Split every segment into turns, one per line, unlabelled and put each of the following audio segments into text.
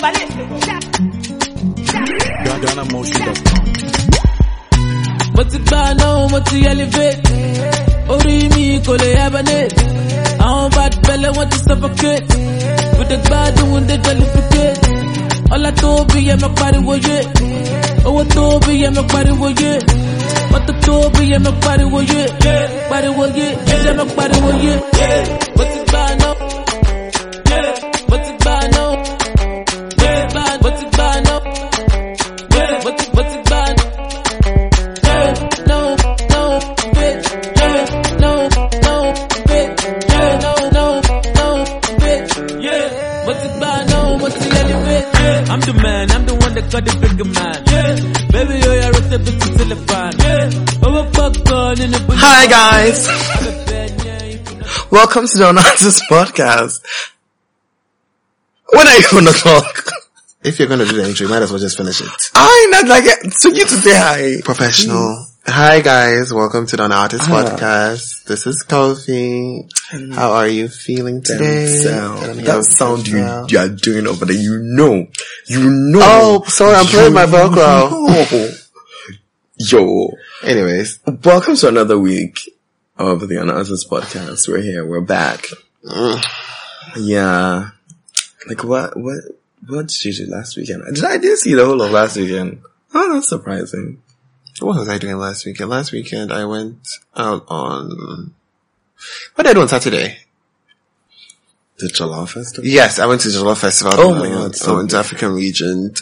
balik.
GhanaMotion.com.
mo ti gbà náà mo ti elevate orí mi kò lè hibernate àwọn bad belle wọn ti suffocate kò dé gbádùn wọn dé jollificate ọlá tó bí yẹ mọ pariwo yé owó tó bí yẹ mọ pariwo yé mọtò tó bí yẹ mọ pariwo yé pariwo yé ẹjẹ mọ pariwo yé mo ti gbà náà mo ti gbà náà mo ti gbà náà mo ti mo ti gbà náà. I'm the man, I'm the one that got the bigger man. Yeah. Baby, oh, yeah, roast the bitch until the fan. Yeah. Over fuck on in the bush.
Hi guys, welcome to the Nonsense Podcast. When are you gonna talk?
If you're gonna do the intro, you might as well just finish it.
I not like it. So you to say hi.
Professional. Hi guys, welcome to the Artist
Ah.
Podcast. This is Kofi. How are you feeling today? And I'm
Sound.
here
That
with
sound you,
Michelle.
you are doing over there, you know, you know.
Oh, sorry, I'm playing my Velcro.
Oh. Yo,
Anyways,
welcome to another week of the Nonsense Podcast. We're here, we're back. Yeah, like what, what, what did you do last weekend? Did I did see the whole of last weekend? Oh, that's surprising.
what was I doing last weekend? Last weekend I went out on, what did I do on Saturday?
The Jalal Festival.
Yes, I went to the Jollof Festival.
Oh my God,
I went to African region.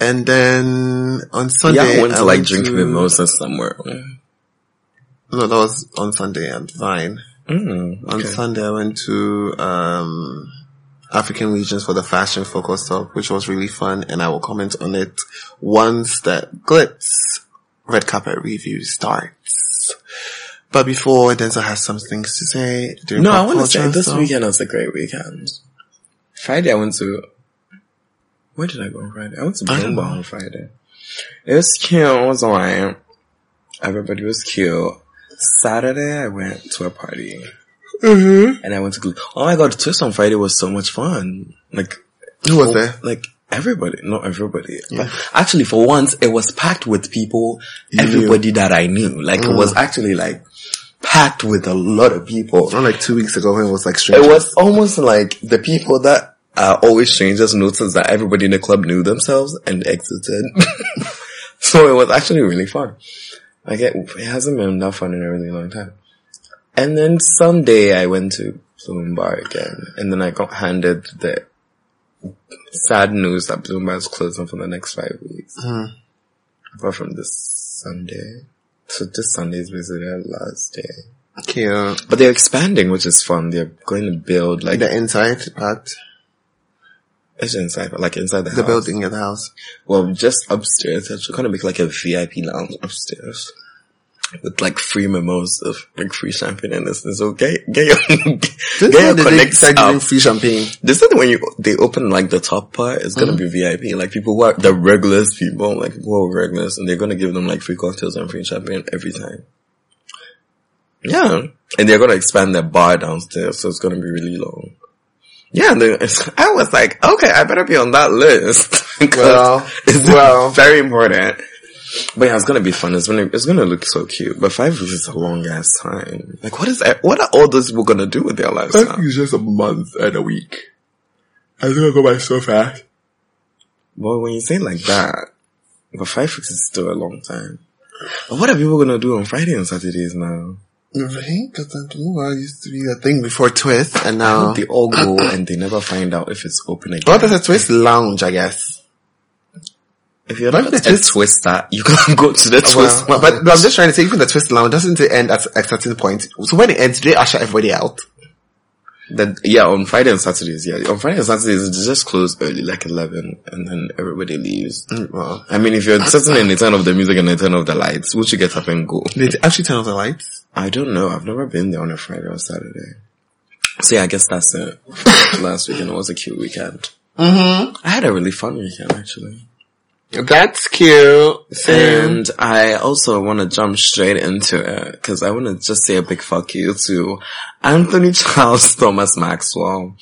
And then on
Yeah,
Sunday,
I went to like
went
drink
to-
mimosa somewhere.
No, that was on Sunday. I'm fine.
Mm,
On
okay.
Sunday, I went to um, African Regions for the fashion focus talk, which was really fun, and I will comment on it once that glitz red carpet review starts. But before, Denzel has some things to say. during
No, I
pop
want to
culture
say
and
this
stuff.
weekend was a great weekend. Friday, I went to. Where did I go on Friday? I went to
I don't
Boba
know.
on Friday. It was cute. It was alright. Everybody was cute. Saturday, I went to a party. Mm-hmm. And I went to. Glee. Oh my god, Twist on Friday was so much fun. Like,
Who was there?
Like everybody, not everybody. But actually, for once, it was packed with people.
knew.
Everybody that I knew. Like
Mm.
it was actually like packed with a lot of people.
Not like two weeks ago when it was like strangers.
It was almost like the people that are always strangers noticed that everybody in the club knew themselves and exited. so it was actually really fun. Like it, it hasn't been that fun in a really long time. And then someday I went to Bloom Bar again, and then I got handed the sad news that Bloom Bar is closing for the next five weeks. Apart from this Sunday. So this Sunday is basically our last day.
cute.
But they're expanding, which is fun. They're going to build like
The inside part,
it's inside, like inside the,
the
house.
building of the house.
Well, just upstairs. It's going to make like a VIP lounge upstairs with like free mimosa, like free champagne and this. And so get get your
This
get your
is the day they
connects
started giving
up.
free champagne.
They said when you they open like the top part, it's
Mm-hmm.
gonna be VIP. Like people who are the regulars, people like who are regulars, and they're gonna give them like free cocktails and free champagne every time. Yeah, and they're gonna expand their bar downstairs, so it's gonna be really long. Yeah, and then it's- I was like, okay, I better be on that list. 'Cause
Well,
it's
well.
very important. But yeah, it's gonna be fun. It's gonna it's gonna look so cute. But five weeks is a long ass time. Like, what is what are all those people gonna do with their lives? now?
just a month and a week. I think I go by so fast.
Well, when you say it like that, but five weeks is still a long time. But what are people gonna do on Friday and Saturdays now?
Right? Because Antimova used to be a thing before Twist, and now.
They all go and they never find out if it's open again.
Well, there's a Twist lounge, I guess.
if you're not
But the
a
twist-
twister, you can go to the
Well,
twist.
but, but I'm just trying to say, even the Twist lounge doesn't it end at a certain point. So when it ends, do they usher everybody out.
Then, yeah, on Friday and Saturdays, yeah. On Friday and Saturdays, they just close early, like 11, and then everybody leaves. Mm,
Well,
I mean, if you're sitting in the turn of the music and the turn of the lights, would you get up and go?
they actually turn off the lights.
I don't know. I've never been there on a Friday or Saturday. So yeah, I guess that's it. Last weekend was a cute weekend. Mm-hmm. I had a really fun weekend actually.
That's cute. And
And I also want to jump straight into it because I want to just say a big fuck you to Anthony Charles Thomas Maxwell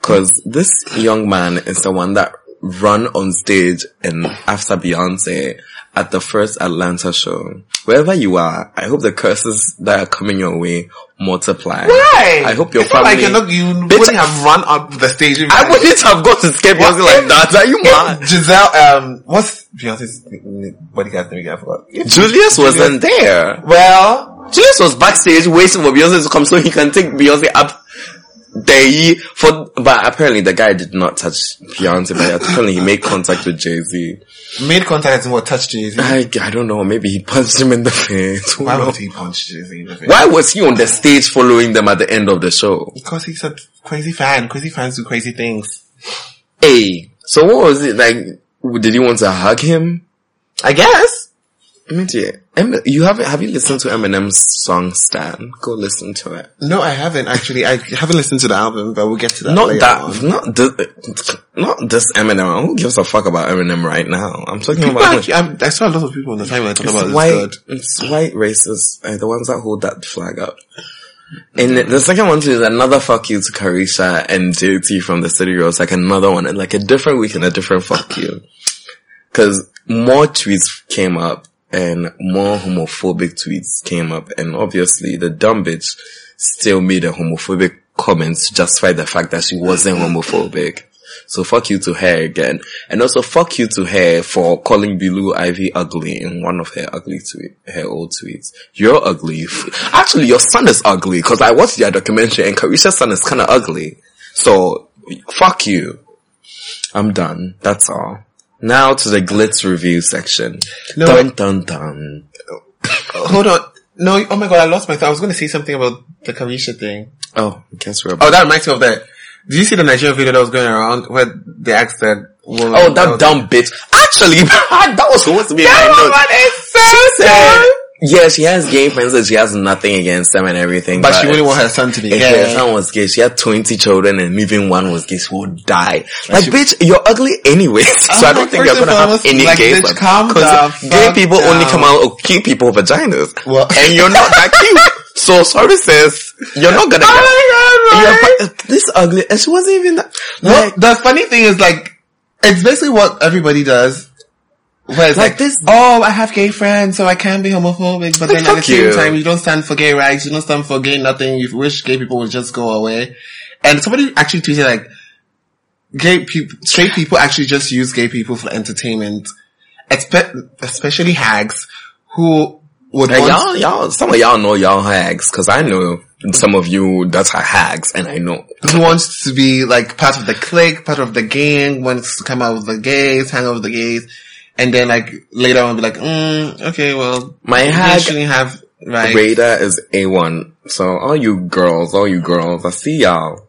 because this young man is the one that run on stage and after Beyonce at the first Atlanta show. Wherever you are, I hope the curses that are coming your way multiply.
Why?
I hope your
It's not
family.
Like you're not, you
Bitch,
wouldn't have run up the stage. if you
I
had-
wouldn't have gone to skate music like that. Are you mad?
If Giselle, um, what's Beyonce's n- n- bodyguard's name? again? I forgot. If-
Julius wasn't there.
Well,
Julius was backstage waiting for Beyonce to come so he can take Beyonce up there for, but apparently the guy did not touch Beyonce, but apparently he made contact with Jay-Z.
made contact and what touched Jay Z.
I, I don't know, maybe he punched him in the face. Who
Why
knows?
would he punch Jay Z in the face?
Why was he on the stage following them at the end of the show?
Because he's a crazy fan. Crazy fans do crazy things.
Hey, so what was it like? Did you want to hug him?
I guess.
Let me tell you, Em- you haven't, have you listened to Eminem's song Stan? Go listen to it.
No, I haven't actually. I haven't listened to the album, but we'll get to that.
Not
later
that,
on.
not this, not this Eminem. Who gives a fuck about Eminem right now? I'm talking
People
about
actually- I'm- I saw a lot of people on the timeline talking
it's
about this
white,
god.
it's white racists are the ones that hold that flag up. And the second one too is another fuck you to Carisha and JT from the City Girls, like another one, and like a different week and a different fuck you. Cause more tweets came up and more homophobic tweets came up and obviously the dumb bitch still made a homophobic comment to justify the fact that she wasn't homophobic. So fuck you to her again. And also fuck you to her for calling Bilu Ivy ugly in one of her ugly tweet, her old tweets. You're ugly. F- Actually, your son is ugly because I watched their documentary and Carisha's son is kind of ugly. So fuck you. I'm done. That's all. Now to the glitz review section.
No.
Dun dun dun.
Hold on. No, oh my god, I lost my thought. I was going to say something about the Carisha thing.
Oh, I guess we're.
Oh, that reminds me of that. Did you see the Nigerian video that was going around where they asked that woman?
Oh, that dumb bitch. Actually, that was supposed to be my
That
note.
woman is so
said,
dumb.
yeah, she has gay friends and she has nothing against them and everything.
But she really want her son to be
If
gay.
her son was gay, she had 20 children and even one was gay, she would die. Like,
she- Uh,
bitch, you're ugly anyway, so I don't think you're
first
gonna
of all,
have any
like,
gay
bitch,
friends.
calm the
'Cause gay
fuck
people only
down.
come out of cute people vaginas.
Well-
and you're not that cute. So sorry sis, you're not gonna get-
Oh my god, right?
You're fu- this ugly, and she wasn't even that,
Well,
like,
the funny thing is like, it's basically what everybody does. Where it's
Like
like,
this-
oh, I have gay friends, so I can be homophobic, but then at the
fuck
same
you.
time, you don't stand for gay rights, you don't stand for gay nothing, you wish gay people would just go away. And somebody actually tweeted like, gay people, straight people actually just use gay people for entertainment, Expe- especially hags, who would
And
want-
y'all, y'all, some of y'all know y'all hags, cause I know some of you that are hags, and I know.
who wants to be like part of the clique, part of the gang, wants to come out with the gays, hang out with the gays, and then like later on be like, mm, okay, well,
My
we
hag-
shouldn't have right.
Radar is A1. So all you girls, all you girls, I see y'all.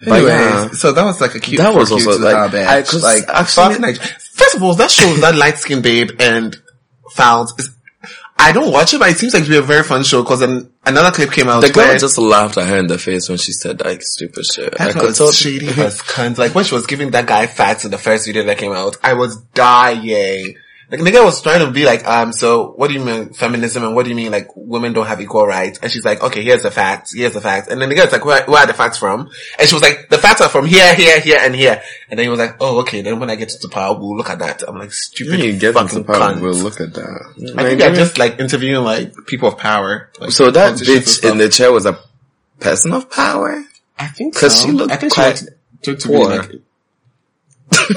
But
Anyways,
yeah.
so that was like a cute.
That was
cute
also,
to
like,
our badge.
I could-
like
actually-
fuck Nige- first of all, that show that light skinned babe and Fouls is. I don't watch it, but it seems like to be a very fun show because then another clip came out.
The girl
where-
just laughed at her in the face when she said like stupid shit. I
That
could
was
tell.
shady as cunt. Like when she was giving that guy facts in the first video that came out, I was dying. Like nigga was trying to be like, um, so what do you mean feminism and what do you mean like women don't have equal rights? And she's like, okay, here's the facts, here's the facts. And then the guy's like, where, where are the facts from? And she was like, the facts are from here, here, here, and here. And then he was like, oh, okay. Then when I get to power, we'll look at that. I'm like,
When
stupid
you get into
fucking
power,
cunt.
we'll look at that.
I think I'm just like interviewing like people of power. Like,
so that
politicians and
bitch
stuff.
in the chair was a person of power?
I think
'cause
so.
she looked
I think
quite
she looked, to
poor.
be like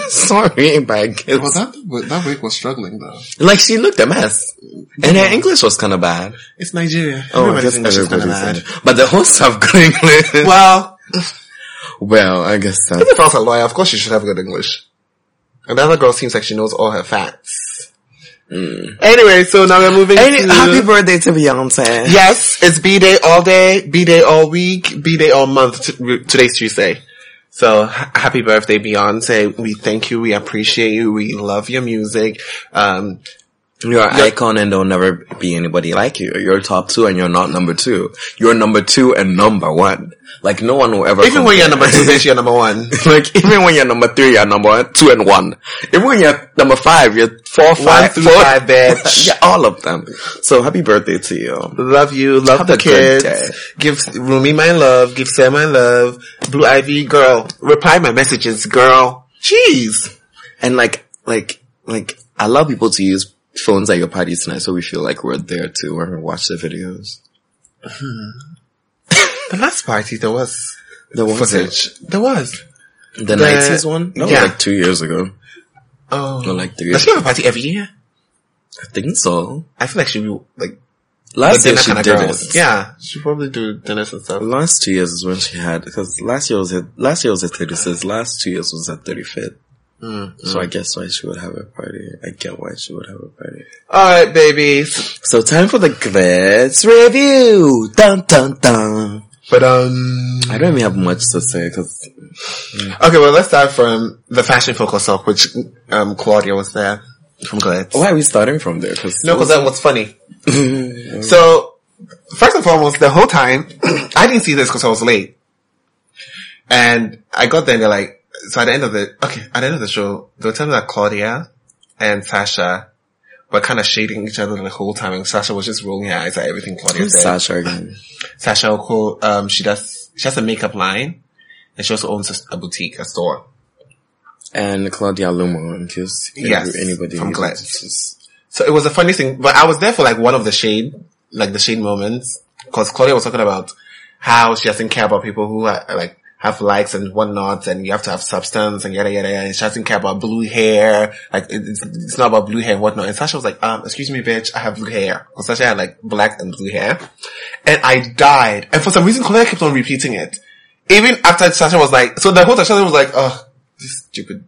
Sorry, but I guess.
Well, that that wig was struggling though.
like she looked a mess. And her English was kind of bad.
It's Nigeria.
Oh, I
Everybody's
guess
English is kinda
everybody's
bad.
in- But the hosts have good English.
Well,
Well, I guess that.
if I was a lawyer, of course she should have good English. And the other girl seems like she knows all her facts. Hmm. Anyway, so now we're moving.
Any,
to-
happy birthday to Beyonce.
yes, it's B day all day, B day all week, B day all month. T- today's Tuesday. So ha- happy birthday, Beyonce. We thank you. We appreciate you. We love your music. Um,
You're an icon and there'll never be anybody like you. You're top two and you're not number two. You're number two and number one. Like no one will ever.
even when you're
compare.
number two, bitch, you're number one.
like even when you're number three, you're number one, two and one. Even when you're number five, you're four, five,
through
four-
five, bitch.
yeah, all of them. So happy birthday to you.
Love you. Love
Have
the
a good day.
kids. Give Rumi my love. Give Sam my love. Blue Ivy, girl. Reply my messages, girl.
Jeez. And like, like, like, allow people to use phones at your parties tonight so we feel like we're there too when we watch the videos.
The last party there was
The one
footage. There was.
The, the 90s one? That
yeah.
was like two years ago.
Oh,
Or like three
does
years
she have a party every year?
I think so.
I feel like she will like
Last
the
year
dinner
she
kind of
did
girls.
it.
Yeah, she probably do dinners and stuff.
Last two years is when she had, because last year was her, last year was her 36th, last two years was her 35th. So I guess why she would have a party. I get why she would have a party.
All right, babies.
So time for the glitz review! Dun dun dun!
But um,
I don't even have much to say because
okay. Well, let's start from the fashion focus talk, which um Claudia was there from Glitz.
why are we starting from there? Cause
No, because that was funny. so, first and foremost, the whole time, I didn't see this because I was late. And I got there and they're like, so at the end of the, okay, at the end of the show, they were telling that Claudia and Sasha were kind of shading each other the whole time and Sasha was just rolling her eyes at everything Claudia
who's
said.
Sasha again?
Sasha Oko, um, she does, she has a makeup line and she also owns a, a boutique, a store.
And Claudia Luma, in case
Yes,
anybody
from Glitz.
it's just-
So it was a funny thing, but I was there for like one of the shade, like the shade moments, because Claudia was talking about how she doesn't care about people who are, like have likes and whatnot, and you have to have substance and yada yada yada. And she doesn't care about blue hair, like it- it's, it's not about blue hair and whatnot. And Sasha was like, um, excuse me, bitch, I have blue hair. Because Sasha had like black and blue hair, and I died. And for some reason, Claudia kept on repeating it, even after Sasha was like, so the whole time Sasha was like, oh, this stupid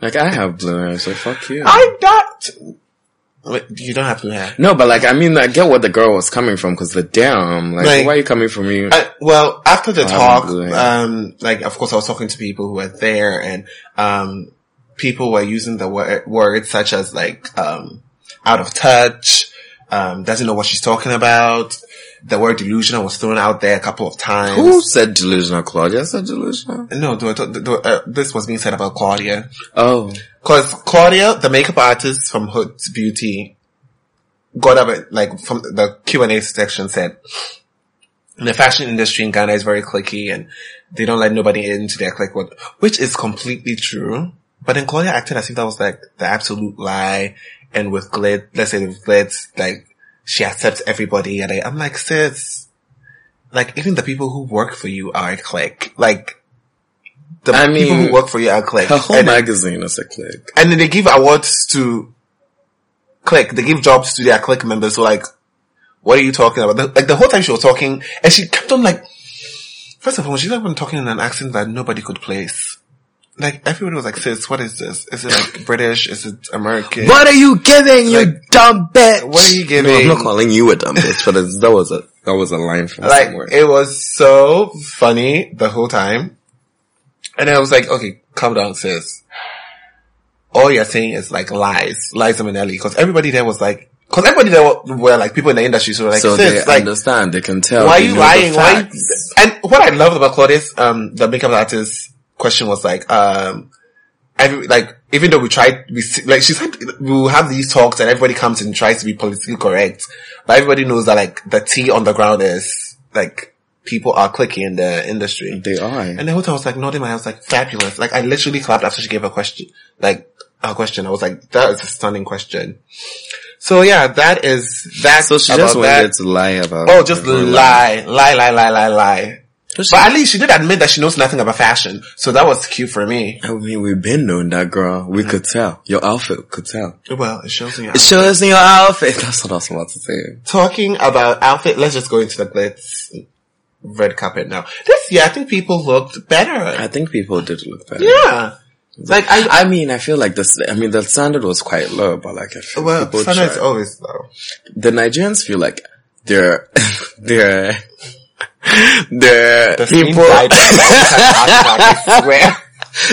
Like I have blue hair, so fuck you.
I died. Wait, you don't have blue hair.
no, but like I mean, I get what the girl was coming from because the damn, like,
Like-
why are you coming for me?
Uh, well, after
I
the talk,
remember that.
um, like of course I was talking to people who were there and, um, people were using the word, words such as like, um, out of touch, um, doesn't know what she's talking about. The word delusional was thrown out there a couple of times.
Who said delusional? Claudia said delusional.
No, the- the- the- uh, this was being said about Claudia.
Oh,
Cause Claudia, the makeup artist from Hood's Beauty, got up at, like from the Q&A section said, the fashion industry in Ghana is very clicky and they don't let nobody into their clique, what- which is completely true. But then Claudia acted as if that was like the absolute lie. And with Glitz, let's say with Glitz, like she accepts everybody. And I, I'm like, sis, like even the people who work for you are a clique. Like the
I
people
mean,
who work for you are a clique.
her whole
And-
magazine is a click.
and then they give awards to click. They give jobs to their click members. So like, what are you talking about? The, like the whole time she was talking, and she kept on like. First of all, she's even talking in an accent that nobody could place. Like everybody was like, "Sis, what is this? Is it like British? Is it American?"
What are you giving, you dumb bitch?
what are you
No, I'm
giving?
not calling you a dumb bitch, but it's, that was a that was a line from
like
somewhere.
it was so funny the whole time. And then I was like, okay, calm down, sis. All you're saying is like lies, lies and Minnelli, because everybody there was like, because everybody there were, were like people in the industry, so were like,
so
sis,
they
like,
understand, they can tell.
why are
they
you
know the
lying? Why? you-
facts.
And what I loved about Claudius, um, the makeup artist question was like, um, every, like, even though we tried, we, s- like, she said, we'll have these talks and everybody comes and tries to be politically correct, but everybody knows that like, the tea on the ground is, like, people are clicking in the industry.
They are.
And the whole time I was like nodding my head, I was like, fabulous. Like I literally clapped after she gave her question, like her question. I was like, that is a stunning question. So yeah, that is that.
So she
about
just
that.
wanted to lie about.
Oh, just
her
lie, lie, lie, lie, lie, lie.
Does
But at least she did admit that she knows nothing about fashion, so that was cute for me.
I mean, we've been knowing that girl. We could tell. Your outfit could tell.
Well, it shows me.
Show us in your outfit. That's what I was about to say.
Talking about outfit, let's just go into the glitz red carpet now. This year, I think people looked better.
I think people did look better.
Yeah, like I.
I mean, I feel like this. I mean, the standard was quite low, but like, I feel
well,
people
Sana is
tried.
always though.
the Nigerians feel like they're they're they're
The scene
people.
died. I swear.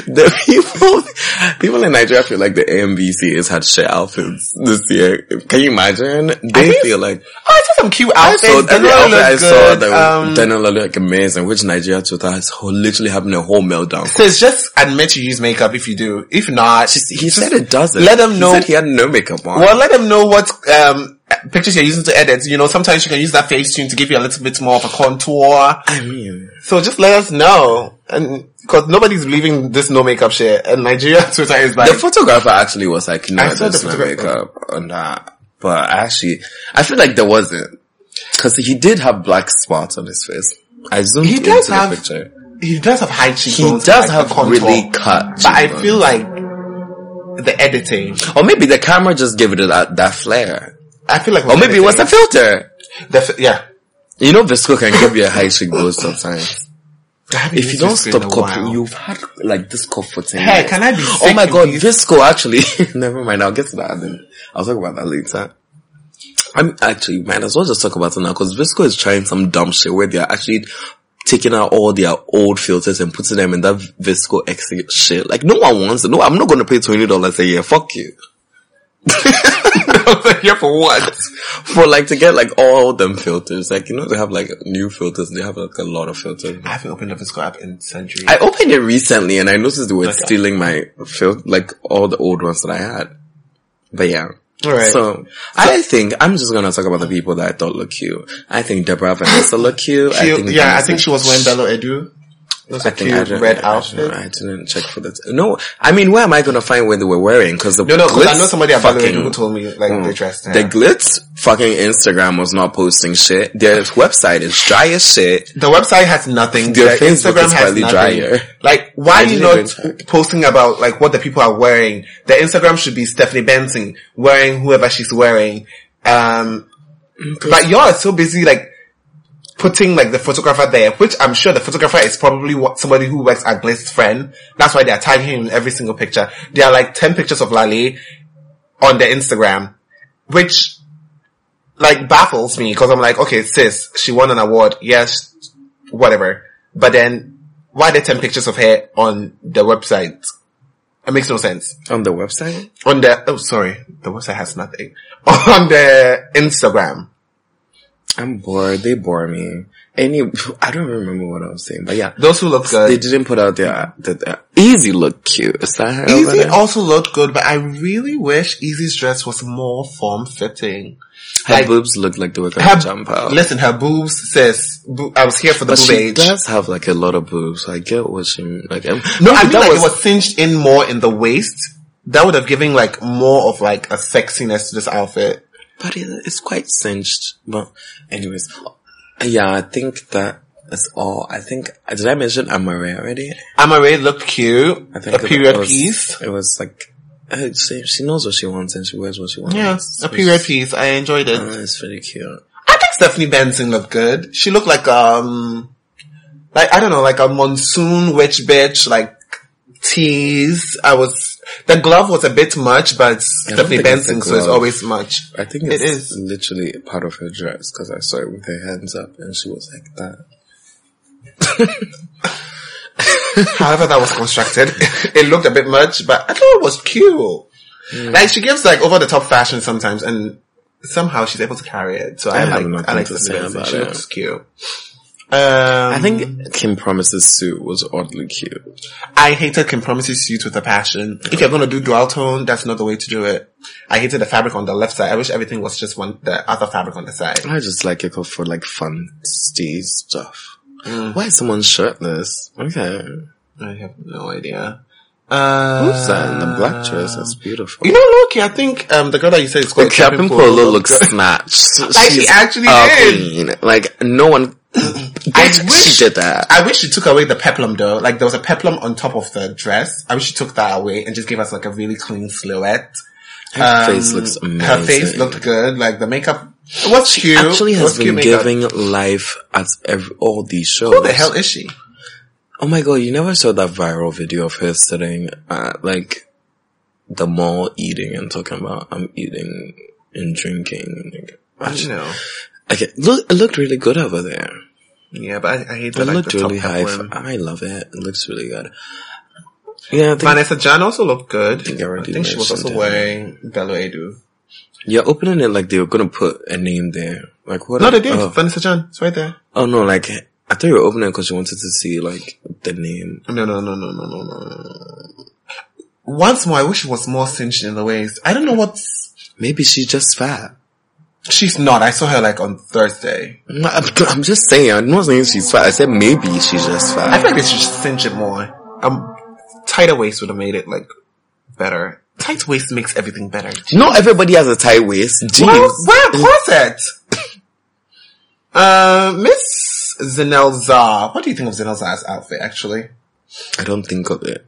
The people, people in Nigeria feel like the AMVCs had shit outfits this year. Can you imagine? They
think-
feel like
Oh, I saw some cute
I
outfits.
saw every
Daniela
outfit I
looked
saw
good.
that
Um,
was Daniela looked amazing, which Nigeria Twitter is ho- literally having a whole meltdown.
sis, just admit you use makeup if you do. If not,
He said it doesn't.
Let them
He
know-
said he had no makeup on.
Well, let them know what um, pictures you're using to edit, you know, sometimes you can use that face tune to give you a little bit more of a contour.
I mean,
So just let us know. And, cause nobody's believing this no makeup shit. And Nigeria Twitter is like,
the photographer actually was like, no,
I saw
there's
the
no
photographer.
makeup on that. But actually, I feel like there wasn't. Cause he did have black spots on his face. I zoomed
He does
into
have-
the picture.
he does have high
He
cheekbones.
does
like,
have
the contour.
really cut.
But I
cheekbones.
feel like the editing.
or maybe the camera just gave it that, that flare.
I feel like,
Or maybe it was the filter.
the, yeah.
You know, Visco can give you a high cheekbone sometimes. If you don't stop coughing,
coughing,
you've had like this cough for 10
Hey,
years.
can I be
Oh
sick
my
and
god,
please-
Visco actually. Never mind, I'll get to that. Then. I'll talk about that later. I'm actually, might as well just talk about it now because Visco is trying some dumb shit where they're actually taking out all their old filters and putting them in that Visco X shit. Like no one wants it. No, I'm not going to pay $20 a year. Fuck you.
here for what?
For like to get like all them filters. Like, you know, they have like new filters. They have like a lot of filters.
I haven't opened up this app in centuries.
I opened it recently and I noticed they were
Okay.
stealing my fil- like all the old ones that I had. But yeah.
Alright.
So, I think I'm just gonna talk about the people that I thought look cute. I think Deborah Vanessa look cute.
She- yeah, I
Vanessa-
think she was wearing Bello Edu. It was
I
a
think
cute
I didn't-
red
I
outfit.
didn't- I didn't check for that. No, I mean, where am I gonna find what they were wearing? Because the
No, no, because I
glitz
know somebody at Bello
fucking-
Edu who told me like they dressed her.
the glitz fucking Instagram was not posting shit. Their website is dry as shit.
the website has nothing.
Their
Their
Facebook
Instagram
is
has
slightly
nothing.
drier.
Like, why
I
are you
didn't
not
even check.
posting about like what the people are wearing? The Instagram should be Stephanie Benson wearing whoever she's wearing. Um, but y'all are so busy like putting like the photographer there, which I'm sure the photographer is probably what, somebody who works at Glitz friend. That's why they are tagging him in every single picture. There are like ten pictures of Lale on their Instagram, which like baffles me because I'm like, okay, sis, she won an award, yes, whatever. But then, why are there ten pictures of her on the website? It makes no sense.
On the website?
On the oh, sorry, the website has nothing. on the Instagram,
I'm bored. They bore me. Any, I don't remember what I was saying, but yeah.
those who look
They
good.
didn't put out their, their, their- Easy look cute. Is that her over
Easy
there?
also looked good, but I really wish Easy's dress was more form fitting.
her
like-
boobs look like they were gonna jump out.
Listen, her boobs says boo- I was here for the
but
boob
she
age.
does have like a lot of boobs. I get what she like. um, No,
No, I mean like it was cinched in more in the waist. That would have given like more of like a sexiness to this outfit.
but it, it's quite cinched. But anyways, uh, yeah, I think that is all. I think uh, did I mention Amare already?
Amare looked cute.
I think
A
it
period
was-
piece.
It was like uh, she, she knows what she wants and she wears what she wants.
Yeah, a
It's-
period piece. I enjoyed it.
uh, it's pretty cute.
I think Stephanie Benson looked good. She looked like um like I don't know, like a monsoon witch bitch, like tease. I was the glove was a bit much, but
I don't
Stephanie
think it's the
Benson, so it's
glove.
always much.
I think
It
it's
is.
literally part of her dress because I saw it with her hands up and she was like that.
However that was constructed, it looked a bit much, but I thought it was cute.
Mm.
Like she gives like over the top fashion sometimes and somehow she's able to carry it. So I,
I have
like,
nothing
I like
to
this
say
Benson.
about
She
it.
looks cute. Um,
I think Kim Promise's suit was oddly cute.
I hated Kim Promises Suit with a passion. If you're gonna do dual tone, that's not the way to do it. I hated the fabric on the left side. I wish everything was just one, the other fabric on the side.
I just like it for like fun steez stuff.
Mm.
Why is someone shirtless? Okay.
I have no idea. Uh,
Who's that in the black dress? That's beautiful.
You know, Loki, I think, um, the girl that you said is called
Captain
Kiapin
Polo
Polo
looks snatched.
Like, she actually
a
did.
queen. Like no one.
I
Bitch,
wish-
she did that.
I wish she took away the peplum though. Like there was a peplum on top of the dress. I wish she took that away and just gave us like a really clean silhouette.
Her
Um,
face looks amazing.
Her face looked good. Like the makeup it was cute.
Actually,
It
has
was cute
been
makeup.
giving life at every, all these shows.
Who the hell is she?
Oh my god, you never saw that viral video of her sitting at like the mall eating and talking about I'm eating and drinking. Like,
I don't know.
Okay, look, it looked really good over there.
Yeah, but I, I hate
It
that. Like,
looked
the top
really high.
half
f-
one.
I love it. It looks really good. Yeah, I think
Vanessa Jan also looked good. I
think
think,
I already
she
mentioned
was also
it.
wearing Bello Edu.
you're opening it like they were gonna put a name there. Like what?
No,
a-
they did.
Oh,
Vanessa Jan, it's right there.
oh no, like I thought you were opening because you wanted to see like the name.
No, no, no, no, no, no, no, no. Once more, I wish it was more cinched in the waist. I don't know what's
Maybe she's just fat.
She's not. I saw her like on Thursday.
No, I'm, I'm just saying. I'm not saying she's fat. I said maybe she's just
I
fat.
feel like they should cinch it more. Um, tighter waist would have made it like better. Tight waist makes everything better.
Not everybody has a tight waist. Jeez.
Well, wear a corset. uh, Miss Zanel Zah. What do you think of Zanel Zah's outfit? Actually,
I don't think of it.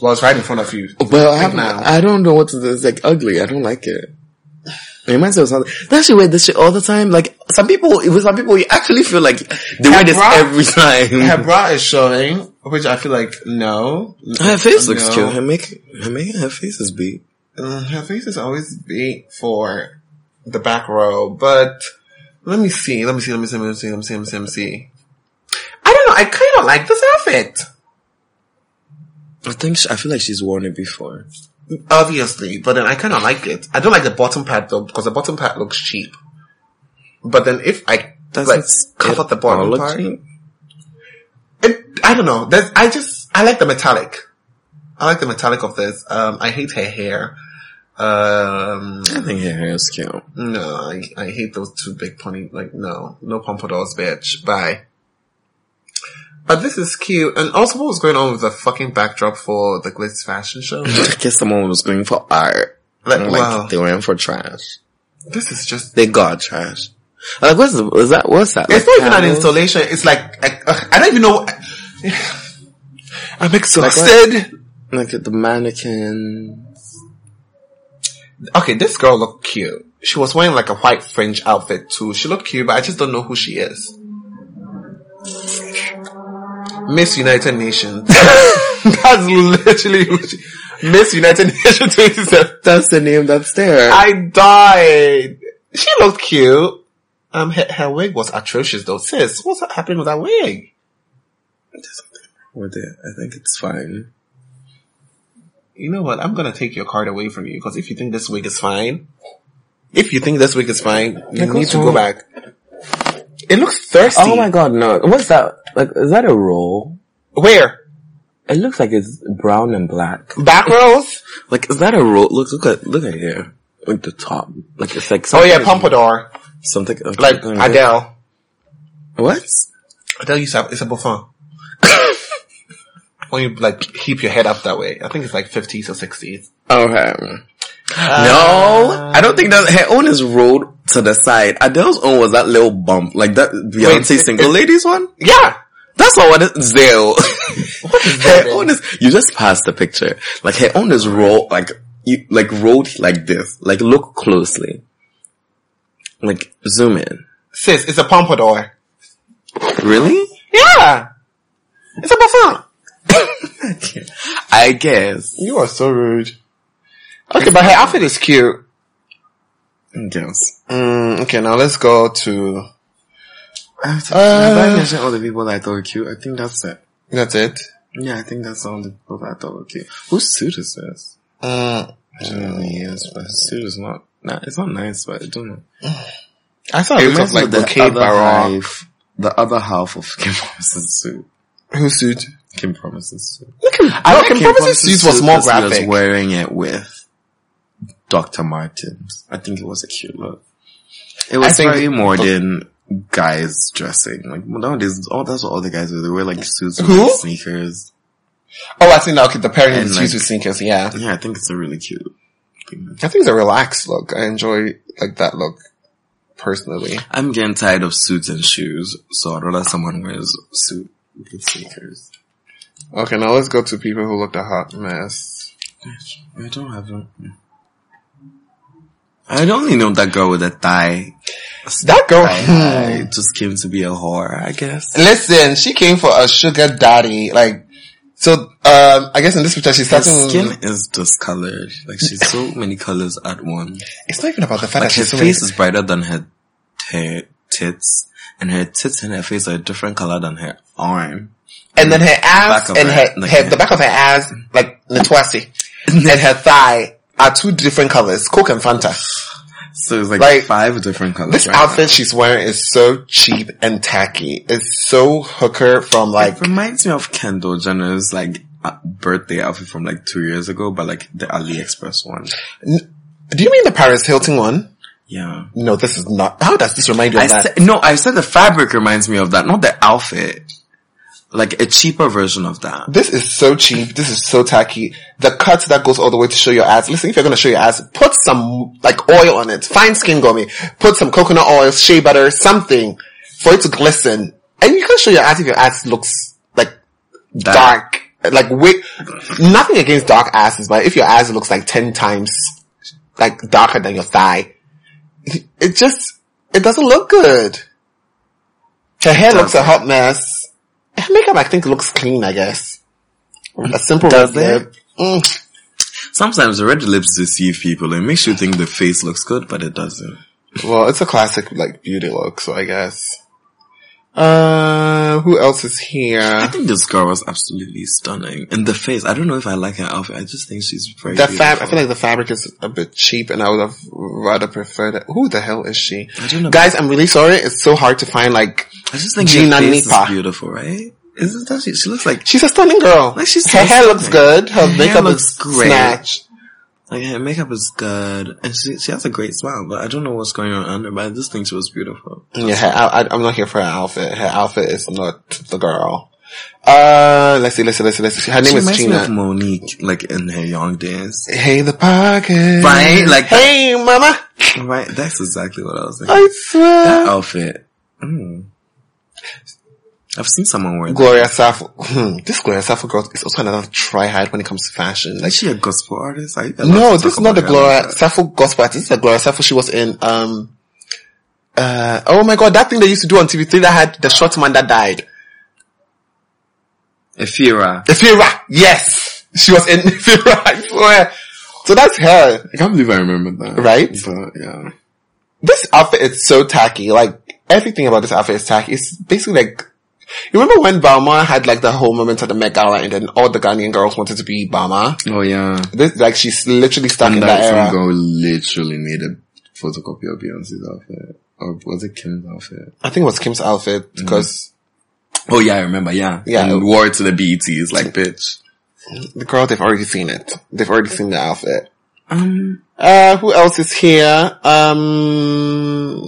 well, it's right in front of you.
Well, I, have,
now.
I don't know what to do. It's like ugly. I don't like it. It reminds me of something. They actually wear this shit all the time. Like some people, with some people, you actually feel like they wear this
bra?
every time.
Her bra is showing, which I feel like no.
Her face looks
No.
cute. Her make her make her face is big.
Mm, her face is always big for the back row, but let me see, let me see, let me see, let me see, let me see, let me see, let me see. I don't know, I kind of like this outfit.
I think she, I feel like she's worn it before.
Obviously, but then I kind of like it. I don't like the bottom part though, because the bottom part looks cheap. But then if I,
That's
like, cut out the bottom part, it, I don't know, there's, I just, I like the metallic. I like the metallic of this. Um, I hate her hair. Um,
I think her hair is cute.
No, I, I hate those two big pony. Like, no, no pompadours, bitch. Bye. But this is cute. And also, what was going on with the fucking backdrop for the Glitz fashion show? like,
I guess someone was going for art. Like
wow,
they went for trash.
this is just.
They got trash. Like what's the, is that? What's that?
It's
Like,
not even an
panels?
installation. It's like I, ugh, I don't even know. I'm exhausted.
Like the mannequin.
okay, this girl looked cute. She was wearing like a white fringe outfit too. She looked cute, but I just don't know who she is. Miss United Nations. That's literally who she, Miss United Nations 27.
That's the name that's there.
I died. She looked cute. Um, her, her wig was atrocious though. Sis, what's happening with that wig?
with it. I think it's fine.
You know what? I'm gonna take your card away from you because if you think this wig is fine, if you think this wig is fine, you
Like,
need
what's
to go
wrong?
back. It looks thirsty.
Oh my god, no. What's that? Like, is that a roll?
Where?
It looks like it's brown and black.
Back rows?
Like, is that a roll? Look, look at, look at here. Like the top. Like it's like
Oh
something.
yeah, pompadour.
Something.
Like
okay.
Adele.
What?
Adele used to have, it's a buffon. when you like keep your head up that way. I think it's like 50s or 60s.
Okay.
Uh,
no, I don't think that her own is rolled to the side. Adele's own was that little bump, like that Beyonce
it-
single ladies one.
Yeah!
That's all what it is. Zell.
that
her
then?
own is, you just passed the picture. Like her own is rolled, like, you, like rolled like this. Like look closely. Like zoom in.
Sis, it's a pompadour.
Really?
Yeah! It's a buffon.
I guess.
You are so rude. Okay, but her outfit is cute.
I guess.
Mm, okay, now let's go to,
Have
Uh,
I mentioned all the people that I thought were cute? I think that's it.
that's it.
Yeah, I think that's all the people that I thought were cute. Whose suit is this?
Mm,
I don't know what it is, but his suit is not. Nah, it's not nice, but I don't know.
I saw a bit of like Bouquet Barra.
half, the other half of Kim Promise's suit.
Who suit?
Kim Promise's suit.
Look at, no, Kim Promise's suit was more graphic.
wearing it with Dr. Martens. I think it was a cute look. It was
think-
very more than guys dressing. Like nowadays, all that's what all the guys do. They wear like suits with
Who?
like, sneakers.
Oh, I see now. Okay, the pairing of
And,
the
like-
suits with sneakers. Yeah,
Yeah, I think it's a really cute. Thing.
I think it's a relaxed look. I enjoy like that look personally.
I'm getting tired of suits and shoes, so I'd rather someone wears suit with sneakers.
Okay, now let's go to people who looked a hot mess.
I don't have a. hmm. I only know that girl with a thigh.
That girl.
I just came to be a whore, I guess.
Listen, she came for a sugar daddy. Like, so um, I guess in this picture she's
Her
starting.
skin is discolored. Like she's so many colors at once.
It's not even about the fact
Like
that
her
she's so
face
many-
is brighter than her, her tits, and her tits and her face are a different color than her arm.
and then her
back
ass
of
and
her-
her,
like
her-
her-
the back of her ass, like Natwasi, and her thigh are two different colors: Coke and Fanta.
So it's like,
Like,
five different colors.
This
right
outfit she's wearing is so cheap and tacky. It's so hooker from like
It reminds me of Kendall Jenner's like uh, birthday outfit from like two years ago, but like the AliExpress one.
Do you mean the Paris Hilton one?
Yeah.
No, this is not. How does this remind you
I
of that?
said, no, I said the fabric reminds me of that, not the outfit. Like a cheaper version of that.
this is so cheap. This is so tacky. The cut that goes all the way to show your ass. Listen, if you're gonna show your ass, put some like oil on it. Fine skin gummy. Put some coconut oil, shea butter, something for it to glisten. And you can show your ass if your ass looks like
That-
dark. Like wait, nothing against dark asses, but if your ass looks like ten times like darker than your thigh, it just it doesn't look good. Her hair looks a
doesn't.
hot mess. Her makeup, I think, looks clean. I guess a simple
Does it?
red lip. Mm.
Sometimes the red lips deceive people. It makes you think the face looks good, but it doesn't.
Well, it's a classic like beauty look, so I guess. Uh, who else is
I
here?
think this girl was absolutely stunning. And the face, I don't know if I like her outfit. I just think she's very
The
beautiful.
fab, I feel like the fabric is a bit cheap, and I would have rather preferred. It. Who the hell is she?
I don't know.
Guys, I'm really sorry. It's so hard to find. Like,
I just think
Gina
her face
Nipa.
is beautiful, right? Isn't that she, she looks like
she's a stunning girl.
Like, she's so
her hair looks
stunning.
good. Her,
Her
makeup
hair
looks
looks great.
snatched.
like her makeup is good and she she has a great smile, but I don't know what's going on under. But I just think she was beautiful.
Yeah, her, I, I- I'm not here for her outfit. Her outfit is not the girl. Uh, let's see, let's see, let's see, let's see. Her name
she
is
reminds me of
Gina.
Monique, like in her young days.
Hey, the pocket.
Right? Like that-
hey, mama.
Right? That's exactly what I was thinking.
I swear.
That outfit. Mm. I've seen someone wear that.
Gloria Sappho. Hmm, this Gloria Sappho girl is also another tryhard when it comes to fashion. Like,
Is she a gospel artist? I, I love
no,
to
this
talk
is not
about
the
her
Gloria
like that.
Sappho gospel artist. This is the Gloria Sappho she was in, um, uh, oh my god, that thing they used to do on TV3 that had the short man that died.
Ephira.
Ephira! Yes! She was in Ephira, I swear. So that's her.
I can't believe I remember that.
Right?
But yeah.
this outfit is so tacky. Like everything about this outfit is tacky. It's basically like you remember when Balma had like the whole moment at the Met Gala, and then all the Ghanaian girls wanted to be Balma.
Oh yeah.
This like she's literally stuck in
And
that
that
era.
some girl literally made a photocopy of Beyonce's outfit. Or was it Kim's outfit?
I think it was Kim's outfit because
Oh yeah, I remember, yeah.
Yeah.
And wore it to the BETs, like bitch.
the girl they've already seen it. They've already seen the outfit.
Um,
Uh, who else is here? Um,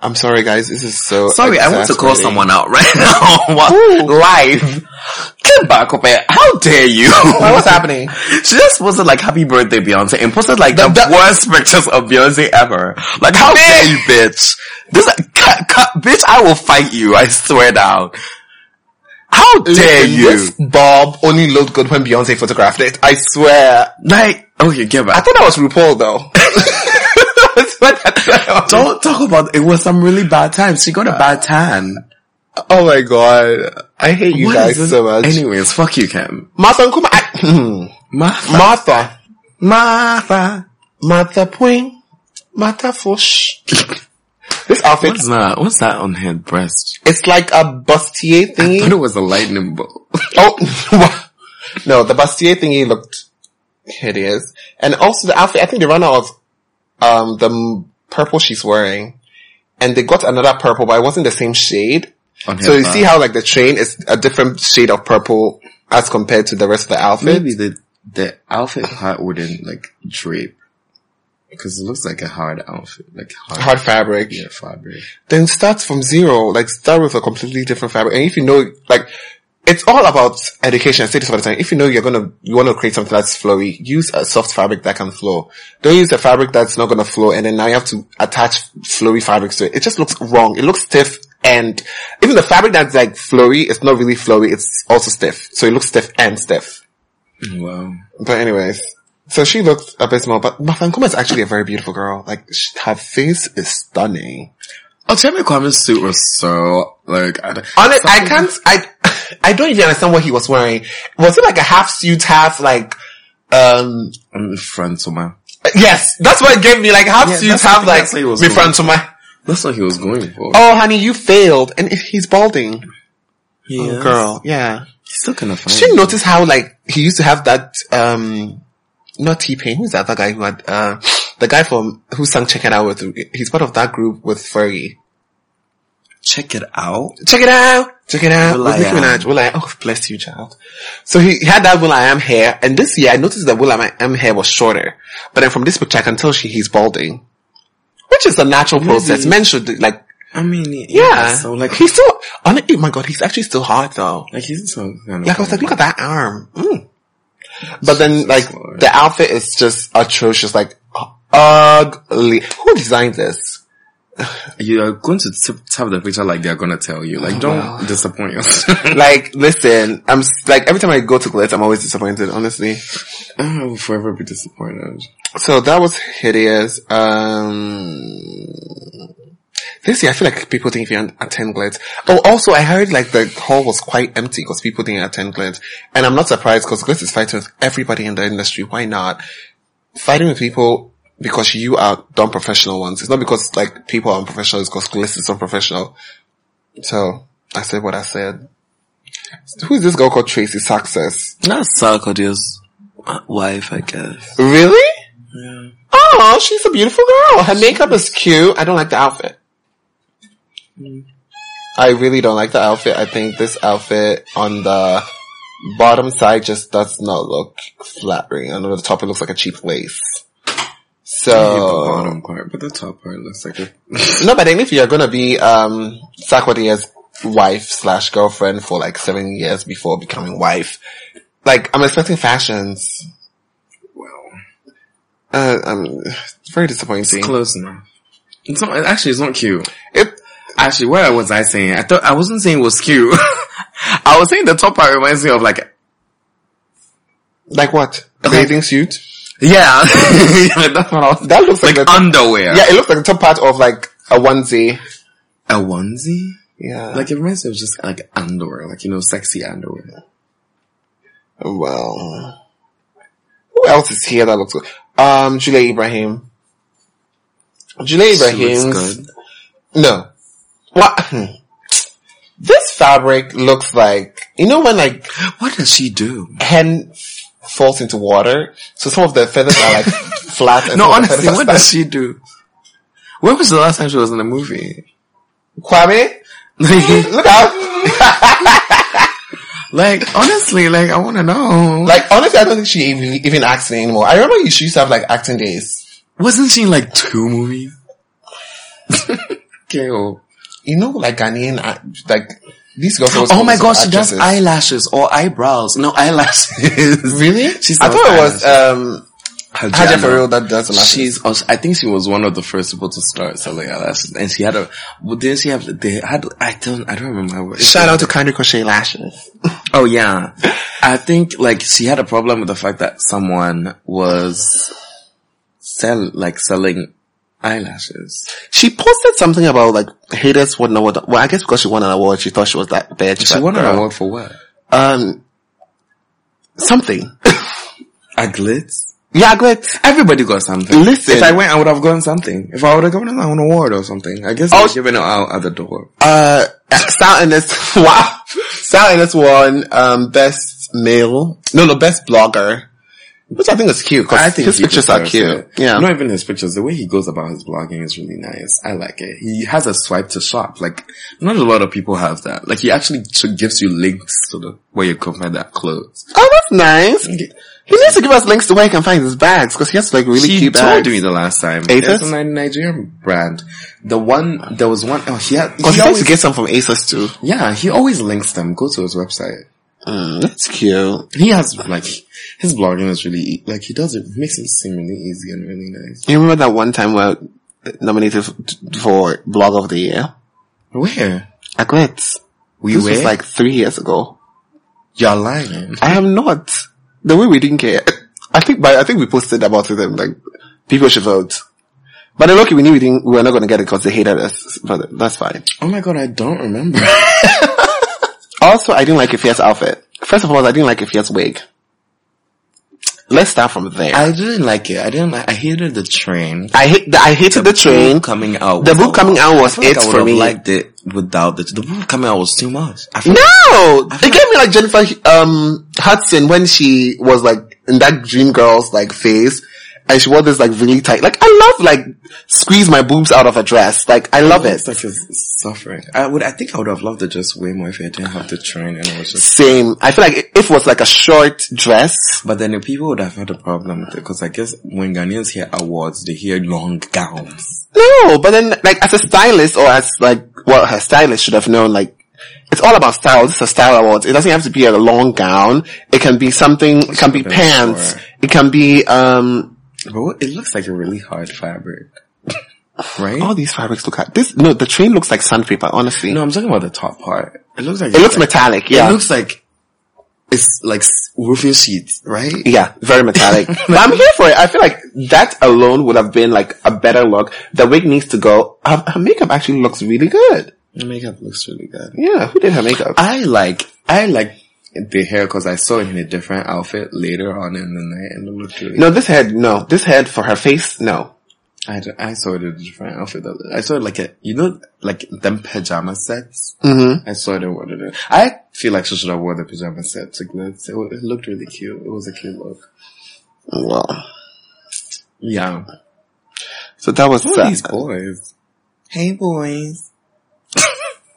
I'm sorry, guys. This is so
sorry, I want to call
exasperating.
someone out right now. What? Live. Kim Bakope, eh. how dare you?
What's happening?
She just posted like happy birthday Beyonce and posted like the,
the-
worst pictures of Beyonce ever. Like how dare you bitch? This cut, cut, bitch I will fight you, I swear down. How dare
Listen,
you?
This Bob only looked good when Beyonce photographed it. I swear.
Like, okay, get
I
back.
thought I was RuPaul though.
Don't talk about it was some really bad time. She got a bad tan.
oh my god. I hate you
What is
guys
this-
so much.
Anyways, fuck you, Kim.
Martha Nkuma. I,
Martha.
Martha.
Martha.
Martha Puing. Martha Fush. this outfit,
What's that? What's that on her breast?
it's like a bustier
I
thingy.
thought it was a lightning bolt.
Oh, wow. no, the bustier thingy looked hideous. And also the outfit, I think they ran out of, um, the m- purple she's wearing. And they got another purple, but it wasn't the same shade.
on her
So you
back.
see how like the train is a different shade of purple as compared to the rest of the outfit?
maybe the the outfit part wouldn't like drape because it looks like a hard outfit, like hard,
Hard fabric.
Mm. yeah, fabric.
Then start from zero, like start with a completely different fabric. And if you know, like, it's all about education. I say this all the time. If you know you're gonna, you wanna create something that's flowy, use a soft fabric that can flow. Don't use a fabric that's not gonna flow and then now you have to attach flowy fabrics to it. It just looks wrong. It looks stiff and even the fabric that's like flowy, it's not really flowy, it's also stiff. So it looks stiff and stiff.
Wow.
But anyways, so she looked abysmal, but Mafankuma is actually a very beautiful girl. Like sh her face is stunning.
Oh, Tammy Kwame's suit was so like I don't,
On it, I can't. I I don't even understand what he was wearing. Was it like a half suit, half like? um
I'm friend to my.
Yes, that's what it gave me. Like half
Yeah,
suit,
that's-
half like
that's what he was
me
wearing.
front to my.
That's what he was going for.
Oh, honey, you failed, and he's balding. Oh,
yes.
Girl, yeah.
he's still kind of fine.
Did you notice how like he used to have that um not T Pain, who's the other guy who had uh the guy from who sang Check It Out with he's part of that group with Fergie.
check it out.
Check it out. Check it out.
Will
With
I
Nicki
Am.
Minaj. Will I Oh, bless you, child. So he had that Will I Am hair, and this year I noticed that Will I Am hair was shorter. But then from this picture, I can tell she he's balding, which is a natural process. Men should do- like,
I mean, yeah.
yeah.
So like,
he's still. On, oh my god, he's actually still hard though.
like he's some kind of
Yeah, I was like, look at that arm. Mm. But then, like,
Lord.
the outfit is just atrocious. Like, ugly. Who designed this?
you are going to tip, tap the picture like they're gonna tell you. Like, don't
wow.
disappoint yourself.
Like, listen, I'm s- like every time I go to Glitz, I'm always disappointed. Honestly.
I will forever be disappointed.
So that was hideous. Um, this year I feel like people didn't even attend Glitz. Oh, also I heard like the hall was quite empty because people didn't attend Glitz, and I'm not surprised because Glitz is fighting with everybody in the industry. Why not fighting with people? Because you are non-professional ones. It's not because like people are unprofessional. It's because Glitz is unprofessional. So I said what I said. Who is this girl called Tracy Success?
That's Sarkodie's wife, I guess.
Really? Oh, she's a beautiful girl. Her makeup is cute. I don't like the outfit. Mm. I really don't like the outfit. I think this outfit on the bottom side just does not look flattering. And on the top, it looks like a cheap lace.
the
So,
bottom part, but the top part looks like a
no, but then if you're gonna be, um, Sakwadia's wife slash girlfriend for like seven years before becoming wife, like, I'm expecting fashions.
well.
Uh, um, it's very disappointing.
It's close enough. It's not actually it's not cute.
It-
Actually, what was I saying? I thought I wasn't saying it was cute. I was saying the top part reminds me of like
like what? A
Okay.
bathing suit?
yeah, that's what I was
That looks like,
like
the,
underwear.
yeah, it looks like the top part of like a onesie.
a onesie.
Yeah.
Like it reminds me of just like underwear, like you know, sexy underwear.
well, who else is here that looks good? Um, Julia Ibrahim. Julia
She looks
Ibrahim's
good.
no. What? This fabric looks like you know when like
What does she do?
hen f- falls into water, so some of the feathers are like flat. And
No,
some of the
honestly,
feathers
what
are
does she do? When was the last time she was in a movie?
Kwame? Look out!
like honestly, like I want to know.
Like honestly, I don't think she even, even acts anymore. I remember she used to have like acting days.
Wasn't she in like two movies? KO.
you know, like Ghanaian, act- like these girls. are always
Oh my
famous
gosh,
as
she does
actresses.
eyelashes or eyebrows. No, eyelashes.
really?
She
I
sells
thought it was
eyelashes.
um Haja Farrell that does the lashes.
She's, also- I think she was one of the first people to start selling eyelashes, and she had a. Well, didn't she have? They had. I don't. I don't remember. What
Shout out to Kindly Crochet Lashes.
Oh yeah, I think like she had a problem with the fact that someone was sell like selling eyelashes.
She posted something about like haters won an award. Well, I guess because she won an award, she thought she was that bitch.
She
but
won an
girl.
award for what?
Um, something.
A glitz.
yeah, glitz.
Everybody got something.
Listen.
If I went, I would have gotten something. If I would have gotten an award or something, I guess I
Oh.
was giving it out at the door.
Uh, Sal Ennis. Wow. Sal Ennis won um best male. No, no, best blogger. Which I think is cute
I
because
think
his
he
pictures are
deserves
cute.
it.
Yeah.
Not even his pictures. The way he goes about his blogging is really nice. I like it. He has a swipe to shop. Like, not a lot of people have that. Like, he actually t- gives you links to the, where you can find that clothes.
Oh, that's nice. He needs to give us links to where he can find his bags because he has like really
She
cute
told
bags.
me the last time.
Asos?
It's a Ni- Nigerian brand. The one, there was one, oh, he had,
Because
he
he likes
always,
to get some from ASOS too.
yeah, he always links them. Go to his website.
Mm, that's cute.
He has, like, his blogging is really, e- like, he does it, makes it seem really easy and really nice.
You remember that one time we were nominated f- for Blog of the Year?
Where?
At Glitz.
We
This
were?
was like three years ago.
you're lying.
I am not. The way we didn't get. I think, but I think we posted about it and like, people should vote. But then lucky we knew we didn't, we were not going to get it because they hated us, but that's fine.
Oh my god, I don't remember.
Also, I didn't like Ifia's outfit. First of all, I didn't like Ifia's wig. Let's start from there.
I didn't like it. I didn't. Like, I hated the train.
I hate the, I hated the, train.
Book coming out.
The
was
book
a-
coming out was
I feel like
it
I would
for
have
me.
Liked it without the the book coming out was too much. I feel
no, it gave me like Jennifer um Hudson when she was like in that Dream Girls like phase, and she wore this like really tight. Like I love like squeeze my boobs out of a dress. Like I love it.
It's like it's suffering. I would. I think I would have loved it just way more if I didn't have to train and I was just.
Same. I feel like if it was like a short dress,
But then the people would have had a problem with it because I guess when Ghanaians hear awards, they hear long gowns.
no. But then like as a stylist or as like well, her stylist should have known like. It's all about style. This is a style award. It doesn't have to be a long gown. It can be something. It can be
Sure.
pants. It can be um
But what- it looks like a really hard fabric, right?
All these fabrics look at this. No, the train looks like sandpaper. Honestly,
no, I'm talking about the top part. It looks like
it looks
like,
metallic. Yeah,
It looks like it's like s- roofing sheets, right?
yeah, very metallic. but I'm here for it. I feel like that alone would have been like a better look. The wig needs to go. Her, her makeup actually looks really good.
The makeup looks really good.
Yeah, who did her makeup?
I like I like the hair because I saw it in a different outfit later on in the night and it looked really.
no, this head. No, this head for her face. No.
I, d- I saw it in a different outfit. that- I saw it like a you know like them pajama sets.
Mm-hmm.
I saw it in one of them. I feel like she should have worn the pajama set to glitz. It, wa- it looked really cute. It was a cute look.
Well,
Yeah.
so that was uh,
Who are
that.
these boys? Hey boys.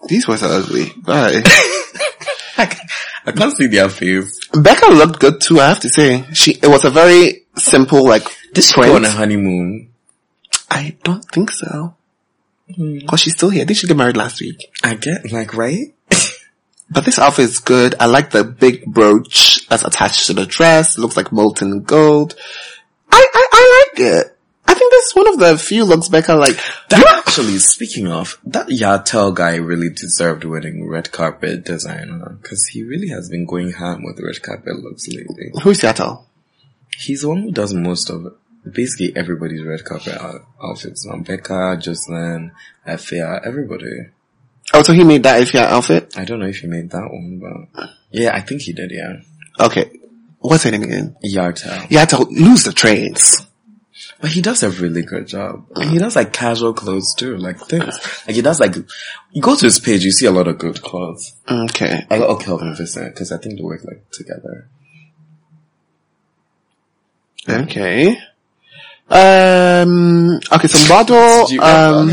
These boys are ugly. Bye.
I can't, I can't see their face.
Becca looked good too. I have to say, she it was a very simple like.
Did she
print.
go on a honeymoon?
I don't think so.
Mm-hmm.
Cause she's still here. Did she get married last week?
I get like right.
But this outfit is good. I like the big brooch that's attached to the dress. Looks like molten gold. I, I, I like it. I think that's one of the few looks Becca like.
That actually, speaking of, that Yatel guy really deserved winning red carpet designer because he really has been going ham with red carpet looks lately.
Who's Seattle?
He's the one who does most of basically everybody's red carpet out- outfits now. Becca, Jocelyn, Afia, everybody.
Oh, so he made that Ifya outfit?
I don't know if he made that one, but yeah, I think he did. Yeah,
Okay. What's her name again?
Yartel.
Yato, lose the trains.
But he does a really good job. And
Ah.
he does like casual clothes too, like this. Like he does like, you go to his page, you see a lot of good clothes.
Okay.
I got Kelvin Vincent because I think they work like together.
Okay. Um, okay, so model, um,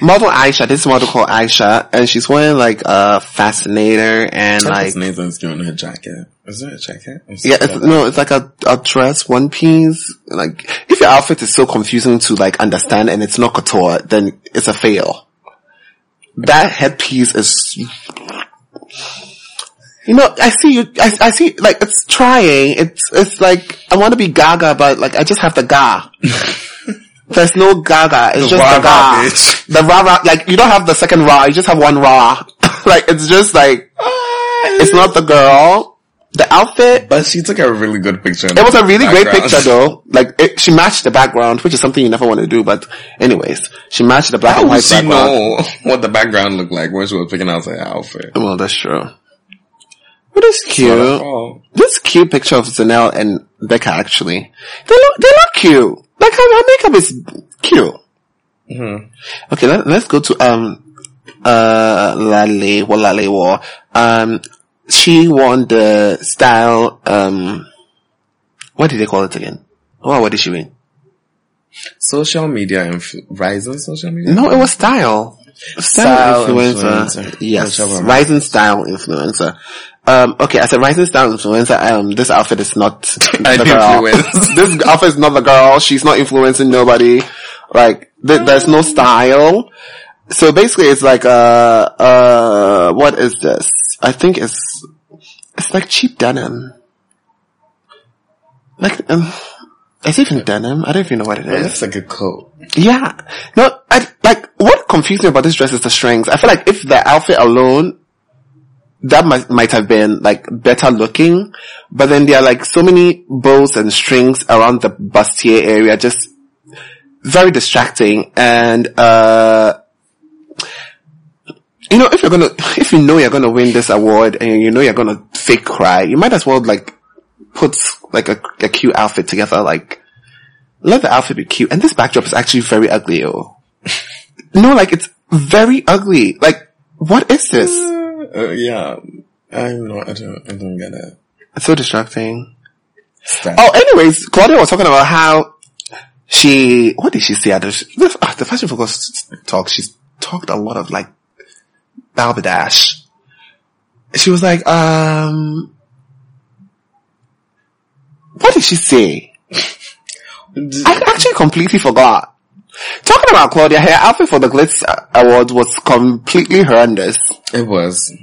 model Aisha, this model called Aisha, and she's wearing like a fascinator and like,
Nathan's doing her jacket. Is there a jacket? I'm
Yeah,
sorry.
it's, no, it's like a, a dress, one piece. Like, if your outfit is so confusing to like understand and it's not couture, then it's a fail. That headpiece is, you know, I see you, I, I see, like, it's trying, it's, it's like, I want to be gaga, but like, I just have the ga. There's no gaga, it's just
rah-rah,
the ga.
bitch.
The rah rah, like, you don't have the second rah, you just have one rah. like, it's just like, it's not the girl. The outfit
But she took a really good picture.
it was a really great picture though. Like it, she matched the background, which is something you never want to do. But anyways, she matched the black
How
and
would
white
she
background.
know what the background looked like when she was picking out her outfit?
Well, that's true. But it's
Not
cute.
at all.
This cute picture of Zanel and Becca actually. They look, they look cute. Like her, her makeup is cute.
Mm-hmm.
Okay, let, let's go to, um, uh, Lale, what Lale wore. Um, she won the style, um, what did they call it again? Oh, what did she win?
Social media influ- rising social media.
No, it was style. Style, influencer.
influencer.
Yes.
Whichever one.
Rising style influencer. Um, okay, as a rising style influencer, um, this outfit is not the
influence.
girl. this outfit is not the girl. She's not influencing nobody. Like, th- there's no style. So basically it's like, uh, uh, what is this? I think it's, it's like cheap denim. Like, um, is it even denim? I don't even know what it
It
is.
looks like a coat.
Yeah. No, I, like, what confused me about this dress is the strings. I feel like if the outfit alone, that might, might have been, like, better looking, but then there are, like, so many bows and strings around the bustier area, just very distracting, and, uh, you know, if you're gonna, if you know you're gonna win this award and you know you're gonna fake cry, you might as well, like, put, like, a, a cute outfit together, like, let the outfit be cute. And this backdrop is actually very ugly. Oh. no, like it's very ugly. Like what is this?
Oh, Uh, yeah, I'm not. I don't. I don't get it.
It's so distracting.
Sorry.
Oh, anyways, Claudia was talking about how she, what did she say at the, the, ah, the Fashion Focus talk? She talked a lot of like balderdash. She was like, um, what did she say? I actually completely forgot. Talking about Claudia, her outfit for the Glitz Award was completely horrendous.
It was.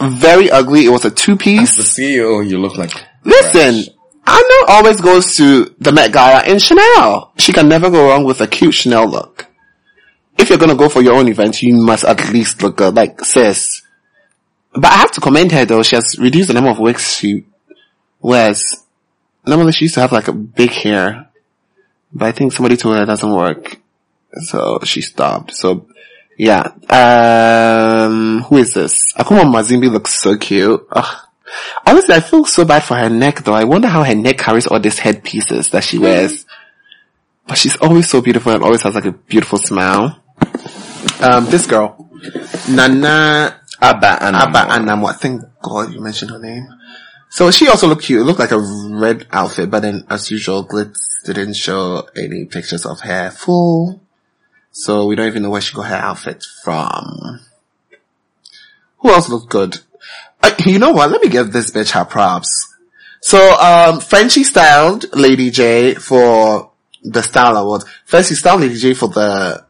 Very ugly. It was a two-piece.
As the CEO, you look like.
Listen,
trash.
Anna always goes to the Met Gala in Chanel. She can never go wrong with a cute Chanel look. If you're gonna go for your own event, you must at least look good, like sis. But I have to commend her though, she has reduced the number of wigs she wears. Normally she used to have like a big hair, but I think somebody told her it doesn't work. So she stopped. So yeah. Um who is this? Akuma Mazimbi looks so cute. Ugh. Honestly, I feel so bad for her neck though. I wonder how her neck carries all these headpieces that she wears. But she's always so beautiful and always has like a beautiful smile. Um, this girl, Nana
Abba Anamo.
Abba Anamo. Thank God you mentioned her name. So she also looked cute. It looked like a red outfit, but then as usual, Glitz didn't show any pictures of her full. So we don't even know where she got her outfit from. Who else looked good? Uh, you know what? Let me give this bitch her props. So, um, Frenchie styled Lady J for the Style Awards. First, she styled Lady J for the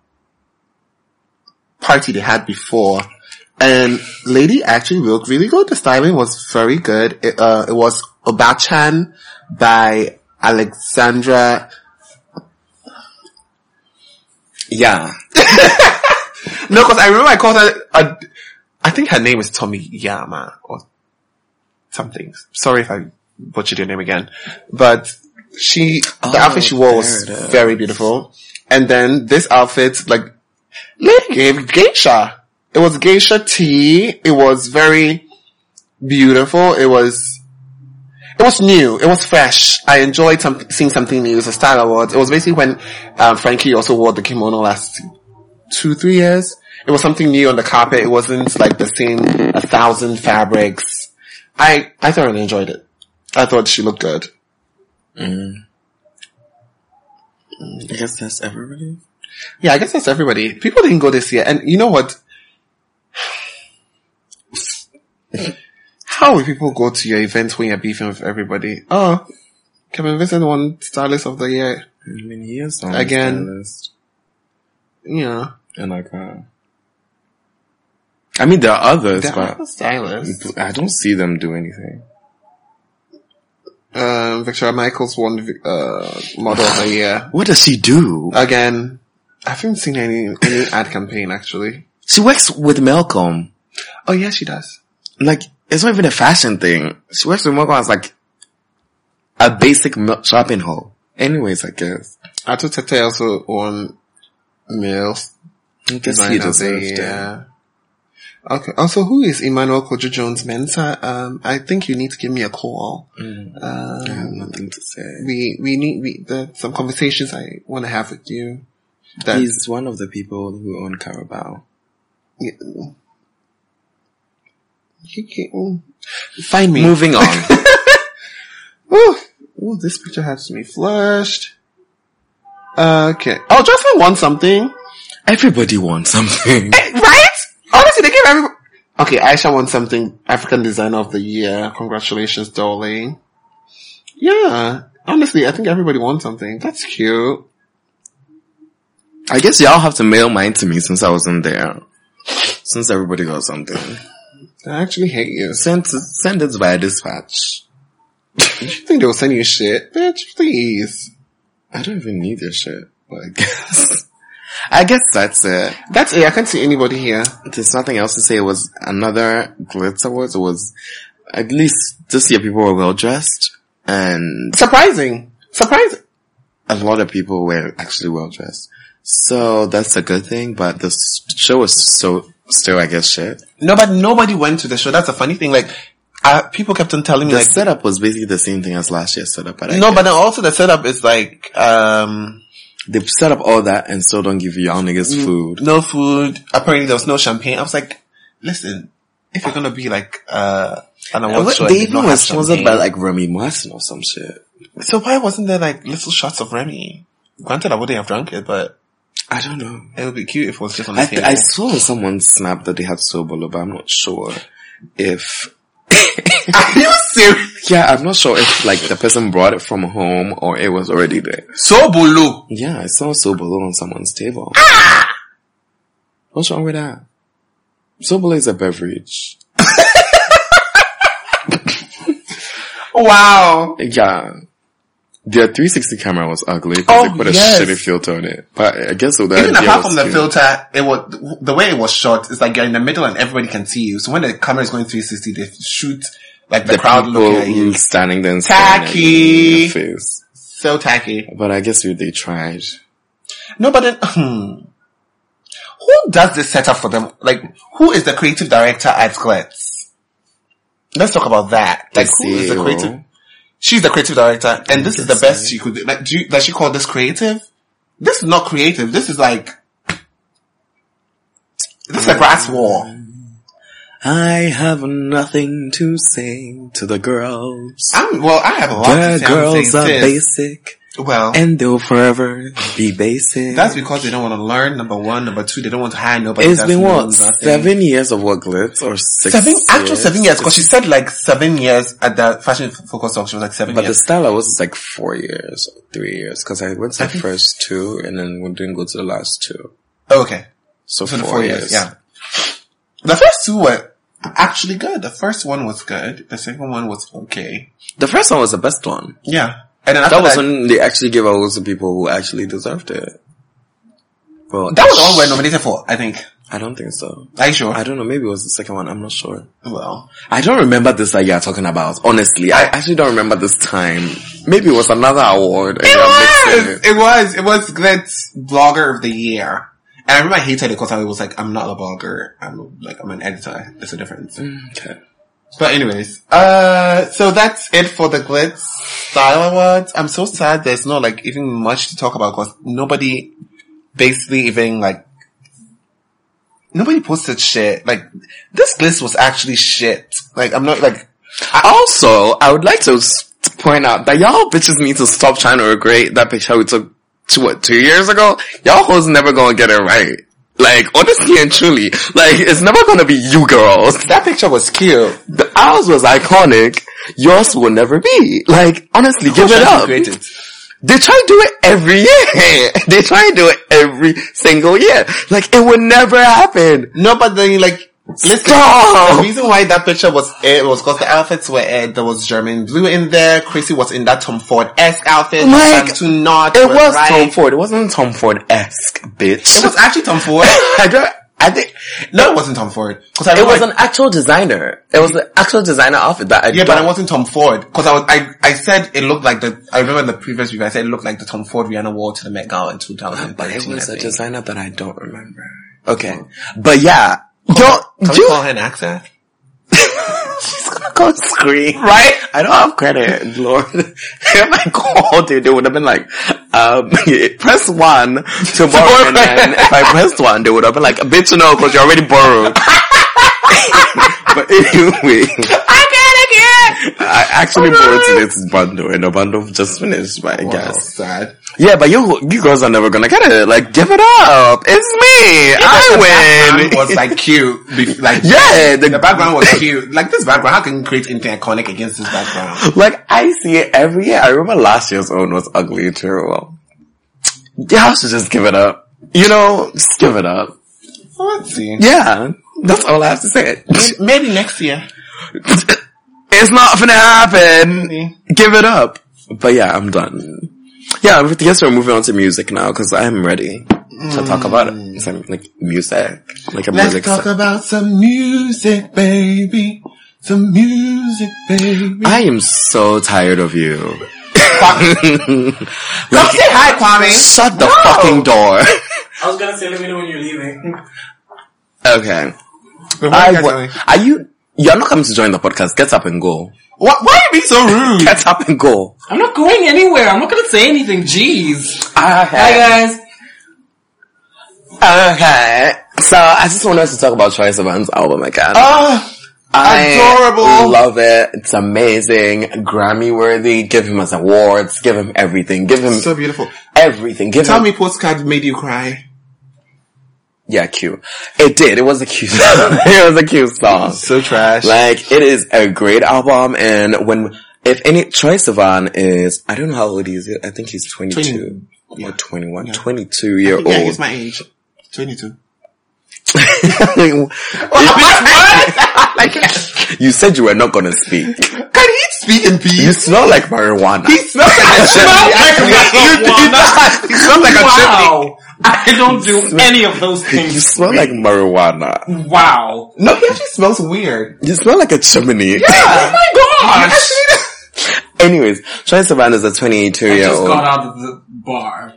party they had before. And Lady actually looked really good. The styling was very good. It, uh, it was Obachan by Alexandra.
Yeah.
No, cause I remember I called her, uh, I think her name is Tommy Yama or something. Sorry if I butchered your name again. But she,
Oh,
the outfit she wore was
there it is.
very beautiful. And then this outfit, like, Lady gave geisha. It was geisha tea. It was very beautiful. It was, it was new. It was fresh. I enjoyed some, seeing something new. It was a style awards. It was basically when, um, Frankie also wore the kimono last two, three years. It was something new on the carpet. It wasn't like the same a thousand fabrics. I, I thoroughly enjoyed it. I thought she looked good.
I guess that's everybody.
Yeah, I guess that's everybody. People didn't go this year, and you know what? How will people go to your event when you're beefing with everybody? Oh, Kevin Vincent won Stylist of the Year.
I mean, he is on
Again.
the list.
Yeah,
And like, uh, I mean, there are others,
there
but
are stylists.
I don't see them do anything.
Um, Victoria Michaels won uh, Model of the Year
What does she do?
again. I haven't seen any any ad campaign actually.
she works with Malcolm.
Oh yeah, she does.
Like, it's not even a fashion thing. She works with Malcolm as like a basic mil- shopping haul. Anyways, I guess.
Ato Tete also won male
I guess
Design
he
of the
deserved it.
year. Okay. Also, who is Emmanuel Kojo Jones Mensah? Um, I think you need to give me a call.
I have
Um,
nothing to say.
we we need we the, some conversations I want to have with you. That
He's one of the people who own Carabao.
yeah. You can- mm. find me.
Moving on.
Ooh, ooh, this picture has me flushed. Okay. Oh, Jocelyn won something,
Everybody wants something.
right? Honestly, they gave every. Okay, Aisha won something African Designer of the Year. Congratulations, darling. Yeah. Honestly, I think everybody won something. That's cute.
I guess y'all have to mail mine to me since I wasn't there. Since everybody got something.
I actually hate you.
Send, send it via dispatch.
You think they'll send you shit? Bitch, please.
I don't even need your shit, but I guess. I guess that's it.
That's it. I can't see anybody here.
There's nothing else to say. It was another Glitz Awards. It was, at least this year people were well dressed and
Surprising. Surprising.
a lot of people were actually well dressed. So that's a good thing, but the show was so, still I guess shit.
No, but nobody went to the show. That's a funny thing. Like, uh, people kept on telling me
The
like,
setup was basically the same thing as last year's setup, but I
no,
guess-
but then also the setup is like, um,
They set up all that and still don't give y'all
Mm.
niggas food.
no food. Apparently there was no champagne. I was like, listen, if you're gonna be like, uh, an award
What-
show, and
they
did
even
not
were
have
sponsored by
champagne-
like Remy Martin or some shit.
So why wasn't there like little shots of Remy? Granted, I wouldn't have drunk it, but
I don't know.
it would be cute if it was just on the
I,
table.
I saw someone snap that they had Sobolo, but I'm not sure if.
Are you serious?
Yeah, I'm not sure if like the person brought it from home or it was already there.
So bulu.
Yeah, I saw Sobolo on someone's table.
Ah!
What's wrong with that? Sobolo is a beverage.
Wow.
Yeah. Their 360 camera was ugly because
Oh,
they put a
yes.
shitty filter on it. But I guess so that
Even
idea
apart
was
from the
cute.
filter, it was the way it was shot. It's like you're in the middle and everybody can see you. So when the camera is going 360, they shoot like the,
the
crowd
people
looking at you.
standing there and staring at you in the
Tacky.
face.
So tacky.
But I guess you- they tried.
No, but then hmm. who does this setup for them? Like, who is the creative director at Glitz? Let's talk about that. Like,
The
who is the
CEO.
creative? She's the creative director, and this is the
guess
best
so.
she could. do. Like, do you, does she call this creative? This is not creative. This is like this is a grass
Mm.
wall.
I have nothing to say to the girls.
I'm well. I have a lot to
The
say. I'm
girls are
saying, sis,
basic
Well,
and they'll forever be basic.
that's because they don't want to learn. Number one, number two, they don't want to hire nobody.
it's
that
been what,
knows nothing.
seven years of work glitz or six
Seven,
years?
actual seven years, because she said like seven years at the fashion focus talk. She was like seven
But the
years.
style I was like four years, or three years, because I went to
I
the
think-
first two and then we didn't go to the last two.
Oh, okay,
So
so
four,
the four
years.
years. Yeah, the first two were actually good. The first one was good. The second one was okay.
The first one was the best one.
Yeah, and then after
That was
that,
when they actually gave awards to people who actually deserved it. Well,
that was Oh. all we're nominated for. I think.
I don't think so.
Are you sure?
I don't know. Maybe it was the second one. I'm not sure.
well,
I don't remember this that you're talking about. Honestly, I actually don't remember this time. Maybe it was another award. and I'm mixing
it was it was Glitz blogger of the year. And I remember I hated it because I was like, I'm not a blogger. I'm like, I'm an editor. There's a difference.
it. Mm, Okay.
But anyways, uh, so that's it for the Glitz Style Awards. I'm so sad there's not like even much to talk about because nobody basically even like, nobody posted shit. Like, this Glitz was actually shit. Like, I'm not like,
Also, I would like to s- to point out that y'all bitches need to stop trying to regret that picture we took two, what, two years ago. Y'all hoes never gonna get it right. Like, honestly and truly, like, it's never gonna be you girls.
that picture was cute.
The, ours was iconic. Yours will never be. Like, honestly, give it up.
Create it.
They try to do it every year. they try to do it every single year. Like, it would never happen.
No, but then like, listen. The
Stop!
reason why that picture was aired was because the outfits were aired. There was German blue in there. Chrissy was in that Tom Ford esque outfit.
Like,
to not.
It was Tom Ford. It wasn't Tom Ford-esque, bitch.
It was actually Tom Ford.
I don't, I think,
No, it wasn't Tom Ford. Because I
It
remember-
was an actual designer. It was an actual designer outfit that I
yeah, but
don't-
it wasn't Tom Ford. Because I was, I, I said it looked like the. I remember in the previous review. I said it looked like the Tom Ford Rihanna wore to the Met Gala in
But it
2013.
was
I
a
think.
designer that I don't remember. Okay, but yeah, don't
Can we
you?
call her an actor?
She's gonna go scream, right? I don't have credit, Lord. if I called you, they would have been like, um, press one to borrow, and then if I pressed one, they would have been like, bitch, no, because you already borrowed. but anyway.
I Oh, got it.
I actually bought today's bundle and the bundle just finished, but I guess.
sad.
Yeah, but you you girls are never gonna get it. Like, give it up. It's me. I
background
win.
was like cute. Be- Like
yeah, the,
The background was cute. Like this background, how can you create anything iconic against this background?
Like I see it every year. I remember last year's own was ugly too. Well, y'all should just give it up. You know, just give it up.
Let's see.
Yeah, that's all I have to say.
Maybe next year.
it's not gonna happen.
Maybe.
give it up. But yeah, I'm done. Yeah, I guess we're moving on to music now because I'm ready to talk about it. Some, like music, like a
Let's
music.
talk
se-
about some music, baby. Some music, baby.
I am so tired of you.
Come say hi, Kwame.
Shut the fucking door.
I was gonna say let me know when you're leaving.
okay.
Why,
I wa- are you? You're not coming to join the podcast. Get up and go.
why, why are you being so rude?
Get up and go.
Hmm. I'm not going anywhere. I'm not gonna say anything. Jeez. Hi
Okay.
guys. Oh,
Okay. So I just wanted to talk about Troye Sivan's album again.
Ah,
I
Adorable.
love it. It's amazing. Grammy worthy. Give him his awards. Give him everything. Give him
So beautiful.
everything. Give
Tell
him
me postcard made you cry.
Yeah, cute. It did. It was a cute song. it was a cute song.
Oh, So trash.
Like, it is a great album, and when, if any, Troy Sivan is, I don't know how old he is, I think he's 22 or 21, 22 year old.
yeah, he's my age. 22.
you said you were not gonna speak.
Can he speak in
You
peace?
smell like marijuana.
He smells like a chimney. You did not. He smells like a chimney.
Wow. I don't do any of those
You
things.
smell like marijuana.
Wow.
No, he actually smells weird.
You smell like a chimney.
Oh my gosh!
Anyways, Troy Sivan is a 22 year
Just
old.
got out of the bar.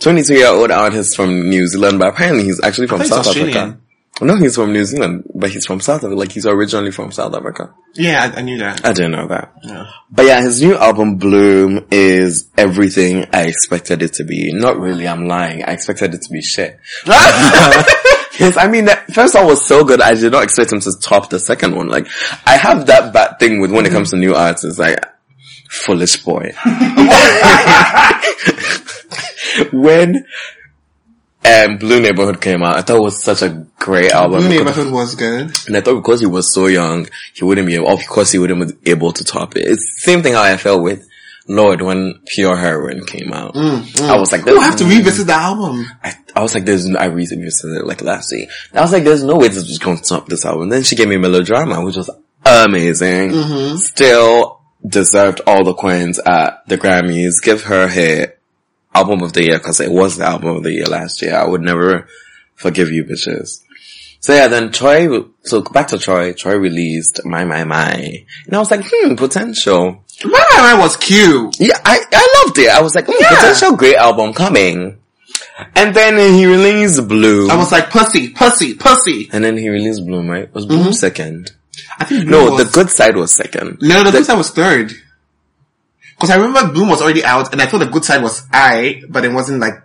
22 year old artist from New Zealand, but apparently he's actually from
thought he's
South Africa.
Australian.
No, he's from New Zealand, but he's from South Africa. Like he's originally from South Africa.
Yeah, I, I knew that.
I didn't know that.
Yeah.
But yeah, his new album Bloom is everything I expected it to be. Not really, I'm lying. I expected it to be shit. yes, I mean, that first one was so good, I did not expect him to top the second one. Like, I have that bad thing with when it comes to new artists, like, foolish boy. when, um, Blue Neighborhood came out, I thought it was such a great album.
Blue
It could-
Neighborhood was good.
and I thought because he was so young, he wouldn't be able, of course he wouldn't be able to top it. It's same thing how I felt with Lord when Pure Heroin came out. I was like,
We'll have to revisit the album.
I, I was like, there's, no, I revisited it like last week. I was like, there's no way this was going to top this album. Then she gave me Melodrama, which was amazing. Still deserved all the coins at the Grammys. Give her her album of the year because it was the album of the year last year. I would never forgive you bitches. So yeah, then Troy, so back to Troy, Troy released My My My. And I was like, hmm, potential.
My My My was cute.
Yeah, I, I loved it. I was like, hmm, potential great album coming. And then he released Blue.
I was like, pussy, pussy, pussy.
and then he released Bloom, right? Was Bloom second?
I think Bloom
No,
Mm-hmm. was,
the good side was second.
no, the good side was third. Cause I remember Bloom was already out and I thought the good side was I, but it wasn't like,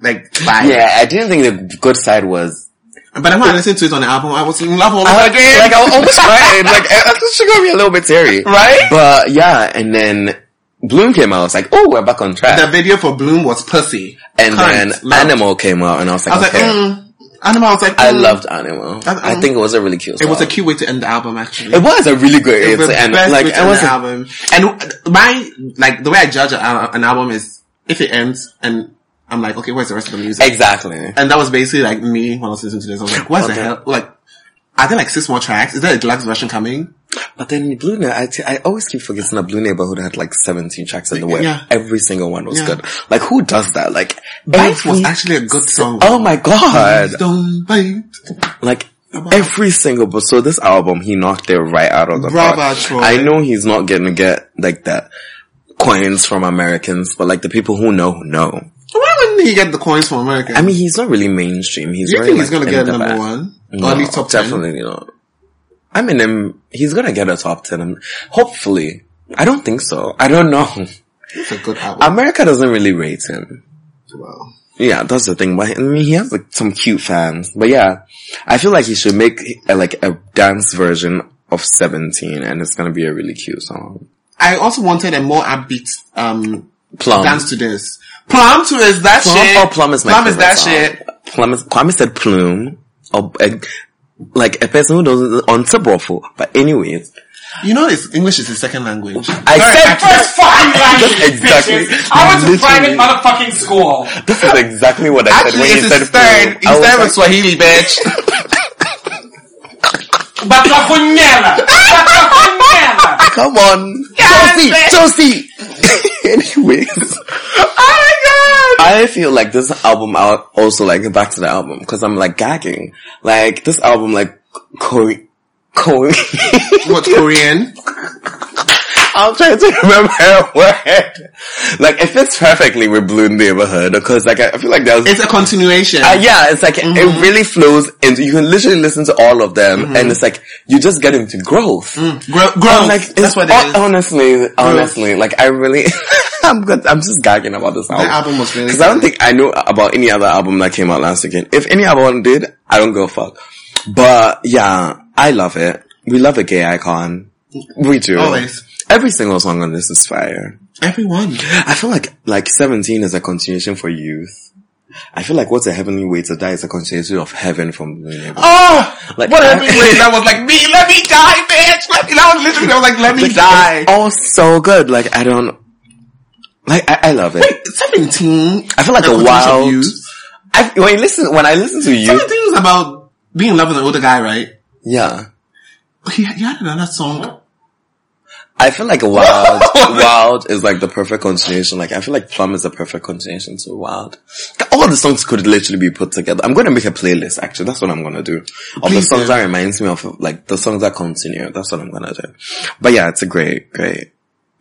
like bad.
Yeah, I didn't think the good side was.
But then when I listened to it on the album, I was in love all
I
over
like,
again.
like I was almost crying. Like I, I thought she got me a little bit teary,
Right?
But yeah, and then Bloom came out. I was like, oh, we're back on track.
the video for Bloom was pussy.
and
Cunt,
then
love.
Animal came out, and I was like,
I was like,
okay.
mm. Animal, I was like,
I
mm.
loved Animal. I
mm.
think it was a really cute.
It was a
song.
cute way to end the album actually.
It was a really good.
It was the
and
best
like
like,
it was.
the
A,
album. And my like the way I judge a, an album is if it ends and I'm like, okay, where's the rest of the music?
exactly.
and that was basically like me when I was listening to this. I was like, where's
Okay.
the hell? Like, are there like six more tracks? Is there a deluxe version coming?
But then Blue Neighborhood, I t- I always keep forgetting that Blue Neighborhood had like 17 tracks in the web.
Yeah.
Every single one was
Yeah.
good. Like who does that? Like
Bite was
every-
actually a good song.
Oh my god.
Don't bite.
Like every single but so this album he knocked it right out of the
Bravo,
park.
Troy.
I know he's not gonna get like that coins from Americans, but like the people who know who know.
Why wouldn't he get the coins from America?
I mean he's not really mainstream. He's
do you
very,
think he's
like,
gonna get
in the
number
back.
one?
No,
or at least top ten?
definitely not. I mean, um, he's gonna get a top ten. um, Hopefully, I don't think so. I don't know.
It's a good album.
America doesn't really rate him.
well.
Yeah, that's the thing. But I mean, he has like some cute fans. But yeah, I feel like he should make a, like a dance version of Seventeen, and it's gonna be a really cute song.
I also wanted a more upbeat um
Plum.
dance to this. Plum to is that
Plum,
shit.
oh, Plum is my
Plum is
favorite
that
song.
shit.
Plum is, Kwame said Plume. Or, uh, like a person who doesn't, on top of it. But anyways,
You know, it's English is his second language.
I said
First fucking language,
Exactly.
bitches. I went to
Literally.
private motherfucking school.
This is exactly what I said
Actually,
when you
it's
said
his third.
food.
He's
I was
third
like,
with Swahili, bitch.
Batafunela! Batafunela!
come on, Chelsea, Chelsea. Anyways,
oh my god!
I feel like this album out also like back to the album because I'm like gagging. Like this album, like Corey. Corey,
What Korean?
I'm trying to remember her word. Like it fits perfectly with Blue Neighborhood because like I I feel like that was
It's Mm-hmm. a continuation.
Uh, yeah, it's like it really flows, and you can literally listen to all of them,
Mm-hmm.
and it's like you just get into growth.
Grow,
I'm
gross.
like,
That's
it's,
what it is.
honestly, honestly, like I really, I'm good. I'm just gagging about this album.
album was really
because I don't
good.
think I know about any other album that came out last weekend. If any other one did, I don't give a fuck. But yeah, I love it. We love a gay icon. We do.
Always.
Every single song on this is fire.
Everyone.
I feel like like seventeen is a continuation for youth. I feel like what's a heavenly way to die is a continuation of heaven from being able-
Oh,
Like,
what
I-
happened when I was like, me, let me die, bitch. Let me, I was literally, I was like, let me die.
Oh, so good. Like I don't. Like I, I love it.
17.
I feel like a
Constitution
wild.
Youth.
I, when I listen when I listen to you,
17 was about being in love with an older guy, right?
yeah,
But he, he had another song.
I feel like wild.
Oh
wild is like the perfect continuation. Like I feel like plum is the perfect continuation to wild. All the songs could literally be put together. I'm gonna make a playlist. Actually, that's what I'm gonna do. Of the
Please
songs
do.
that reminds me of like the songs that continue. That's what I'm gonna do. But yeah, it's a great, great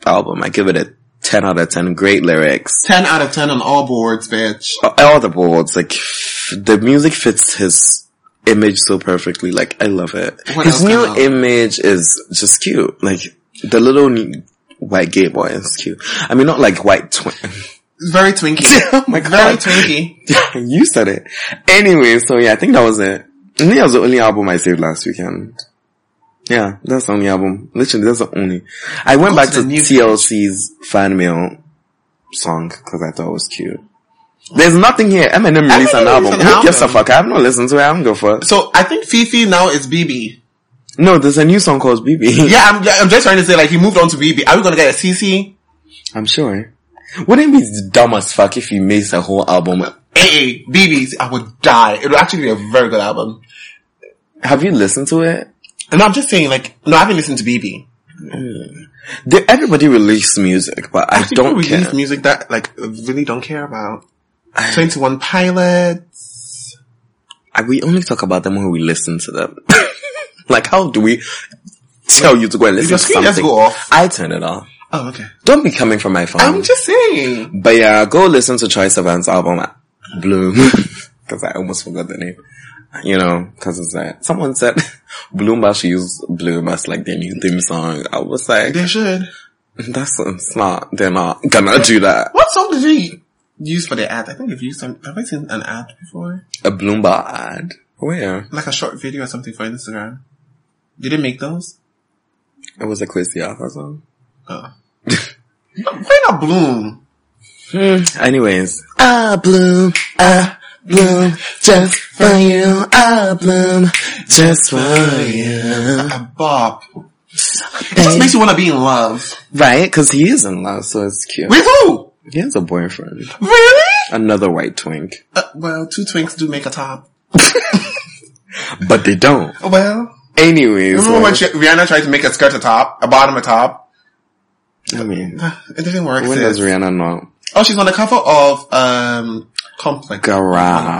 album. I give it a ten out of ten. Great lyrics.
10 out of 10 on all boards, bitch.
all the boards, like f- the music fits his image so perfectly. Like I love it.
What
his
else
new
can I love?
image is just cute. Like the little n- white gay boy is cute. I mean, not like white twin.
It's very twinky.
Oh my
Very
God.
twinky.
you said it. Anyway, so yeah, I think that was it. I think that was the only album I saved last weekend. Yeah, that's the only album. Literally, that's the only. I went
Go
back
to
to,
the new
TLC's fan mail song because I thought it was cute. There's nothing here. Eminem released an album.
released an
Who gives a
album.
fuck? I have not listened to it. I don't give a fuck.
So I think Fifi now is BB.
No, there's a new song called BB.
Yeah, I'm, I'm just trying to say like he moved on to BB. Are we gonna get a CC?
I'm sure. Wouldn't it be dumb as fuck if he makes a whole album?
AA, BBs, I would die. It would actually be a very good album.
Have you listened to it?
And I'm just saying like, no, I haven't listened to BB.
They- Everybody released music, but I
People
don't care.
release music that like really don't care about. 21 Pilots.
I- we only talk about them when we listen to them. like, how do we tell you to go and listen
Your
to
screen
something?
just go off.
I turn it off.
Oh, okay. Um,
Don't be coming from my phone.
I'm just saying.
but yeah, go listen to Troy Sivan's album, uh, Bloom. Cause I almost forgot the name. You know, cause it's like, someone said Bloom, but she used Bloom as like their new theme song. I was like,
They should.
that's, it's not, they're not gonna do that.
What song did they use for the ad? I think they've used some, have I seen an ad before?
A Bloom bar ad? Where?
Like a short video or something for Instagram. Did they make those?
It was a Quincy Arthur song.
Oh. Why not Bloom?
Anyways, I bloom, I bloom, just for you. I bloom, just for you.
A bop. It just makes you want to be in love.
Right? Because he is in love, so it's cute.
With who?
He has a boyfriend,
Really?
another white twink,
Uh, well, two twinks do make a top.
but they don't.
Well,
Anyways,
remember when
like,
she, Rihanna tried to make a skirt a top, a bottom a top?
I mean,
It didn't work.
when
sis.
does Rihanna know?
oh, she's on the cover of um Complex.
Garage.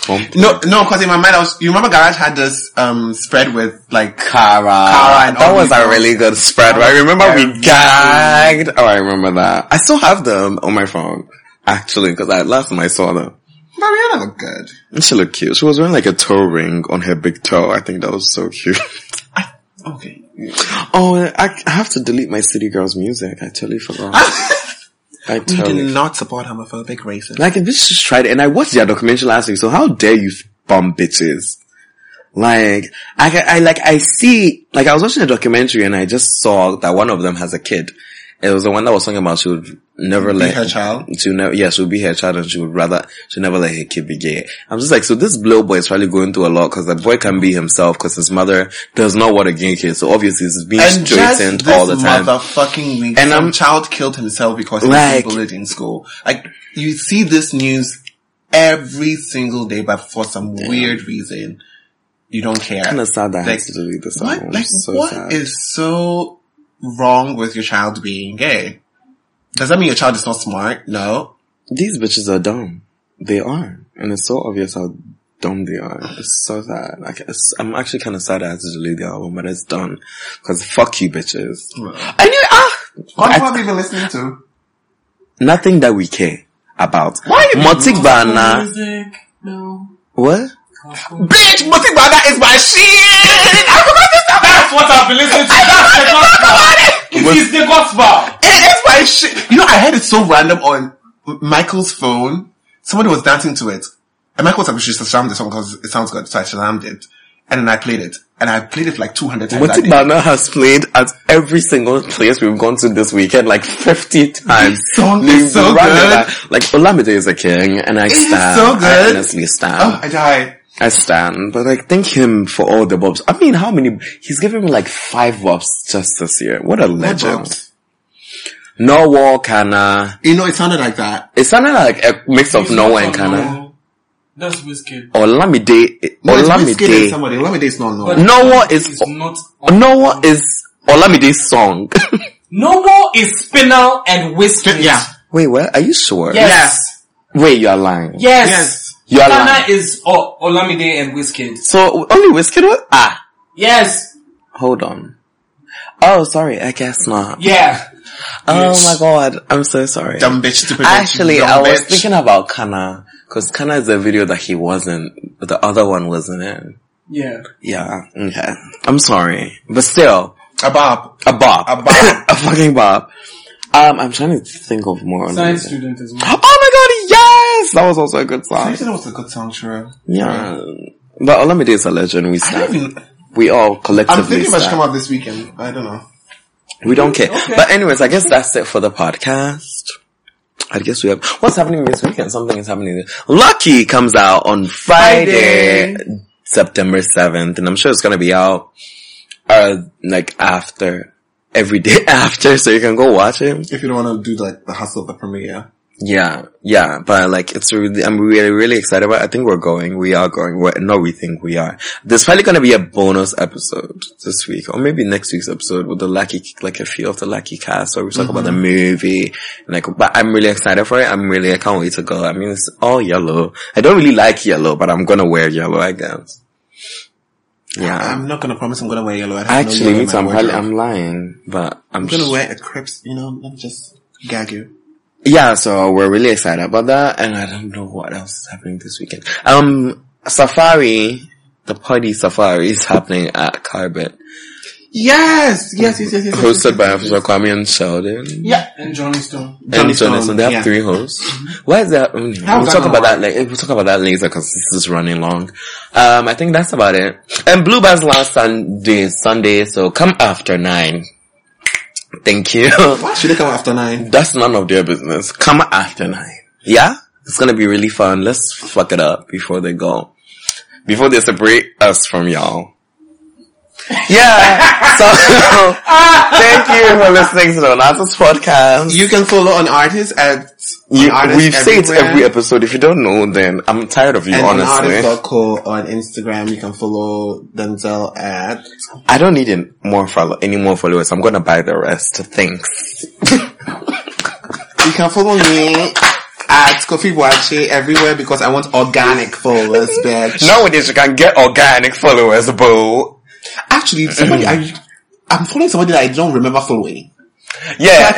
Complex.
No, no, because in my mind, I was, you remember Garage had this um spread with like
Cara.
Cara and
that
all
was
these
a
girls.
really good spread. I remember we
Yeah.
gagged. Oh, I remember that. I still have them on my phone, actually, because I last time I saw them.
Mariana looked good.
She looked cute. She was wearing like a toe ring on her big toe. I think that was so cute.
Okay.
Oh, and I, I have to delete my City Girls music. I totally forgot. I
We
totally.
do not support homophobic racism.
Like, bitches just tried it, and I watched their documentary last week, so how dare you bum bitches? Like, I, ca- I, like, I see, like, I was watching a documentary and I just saw that one of them has a kid. It was the one that was talking about she would never let
her child?
She would never, yeah, she would be her child and she would rather, she would never let her kid be gay. I'm just like, so this blow boy is probably going through a lot because the boy can be himself because his mother does not want a gay kid. So obviously he's being
and
straightened
just
all the time.
motherfucking
And
week, and some
I'm-
child killed himself because he
Like-
was bullied in school. Like you see this news every single day, but for some weird reason, you don't care.
kind of sad that I
Like,
have to delete this
what?
album.
Like
so
what
sad.
is so wrong with your child being gay? Does that mean your child is not smart? No.
these bitches are dumb. They are. And it's so obvious how dumb they are. It's so sad. Like, it's, I'm actually kind of sad I had to delete the album, but it's done. Cause fuck you bitches. I knew, ah!
What have we been listening to?
Nothing that we care about.
Why you-
Motik Bana.
Music, no.
What?
Bitch, Musi Bada is my shit! I forgot this album!
That's what I've been listening to. That's the gospel. It is the gospel.
It is my shit. You know, I heard it so random on Michael's phone. Somebody was dancing to it. And Michael was like, we should shazam this song because it sounds good. So I shazammed it. and then I played it. And I played it like 200 times. that day.
Mutibana has played at every single place we've gone to this weekend like 50 times.
song
They
is so
run it
good.
back. Like, Olamide is a king, and I
is
stand.
so
I
good.
honestly stand.
Oh, I died.
I stand. But like, thank him for all the bobs. I mean, how many? He's given me like five bobs just this year. What a legend.
Legend.
Norwal, Kana.
You know, it sounded like that.
It sounded like a mix of Norwal and Kana.
That's whiskey.
Olamide.
No, it's Whiskey Day
Olamide.
somebody. Olamide is not
But
known.
Norwal is,
It's not.
Norwal is Olamide's song.
No more is spinal and whiskey.
Yeah.
Wait, what? Are you sure?
Yes.
Wait, you're lying.
Yes.
Yes.
You're lying.
Ghana is oh, Olamide and Wizkid.
So only whiskey was ah.
Yes.
Hold on. Oh, sorry. I guess not.
Yeah.
Oh my god, I'm so sorry.
Dumb bitch, stupid bitch.
Actually,
dumb
I was
bitch.
thinking about Kana because Kana is a video that he wasn't, but the other one wasn't in.
Yeah.
Yeah. Okay. I'm sorry, but still
Abab.
a bop,
A bop.
a fucking bop. Um, I'm trying to think of more. on
Science
it.
student as
Oh
well.
my god, yes, that was also a good song.
Actually, that was a good song, true.
Yeah, but Olamide is a legend. We
I don't
stand.
even,
we all
I'm
collectively
thinking about
stand.
come out this weekend. I don't know.
We don't care.
Okay.
But anyways, I guess that's it for the podcast. I guess we have what's happening this weekend. Something is happening. Lucky comes out on Friday, September seventh, and I'm sure it's gonna be out uh like after every day after, so you can go watch it.
If you don't want to do like the hustle of the premiere.
Yeah, yeah. But like, it's really I'm really really excited about. It. I think we're going. We are going. We're, no, we think we are. There's probably gonna be a bonus episode this week, or maybe next week's episode with the lucky like a few of the lucky cast, where we talk about the
Mm-hmm.
movie. Like, but I'm really excited for it. I'm really I can't wait to go. I mean, it's all yellow. I don't really like yellow, but I'm gonna wear yellow. I guess. Yeah.
I'm not going to promise I'm going to wear yellow. I have no
Actually,
yellow
me
in
too.
my
I'm, probably-
wardrobe.
I'm lying, but I'm,
I'm going
sh-
to wear a Crips, you know, let me just gag you.
yeah, so we're really excited about that, and I don't know what else is happening this weekend. Um, Safari, the party Safari is happening at Carbet,
Yes! Yes, yes, yes, yes. yes, yes,
hosted by
yes,
Officer Kwame and Sheldon.
Yeah.
And Johnny Stone.
And Jonathan, they have
yeah. Mm-hmm.
three hosts. Why is that? mm,
How
we'll
is that
talk
gonna
about that. Like, we'll talk about that later because this is running long. Um, I think that's about it. And Blue Band's last Sunday, Sunday, so come after nine. Thank you.
Why should they come after nine?
That's none of their business. Come after nine. Yeah? It's gonna be really fun. Let's fuck it up before they go. Before they separate us from y'all. Yeah. So thank you for listening to the Nazis podcast.
You can follow on artists at
You-
on artists
we've said it
everywhere.
every episode. If you don't know, then I'm tired of you,
and on
honestly.
artist.co on Instagram. You can follow Denzel at
I don't need an- more follow, any more followers. I'm gonna buy the rest. Thanks.
You can follow me at Kofi Boache everywhere because I want organic followers, bitch.
Nowadays, you can get organic followers, boo.
Actually, somebody I, I'm following somebody that I don't remember following.
Yeah.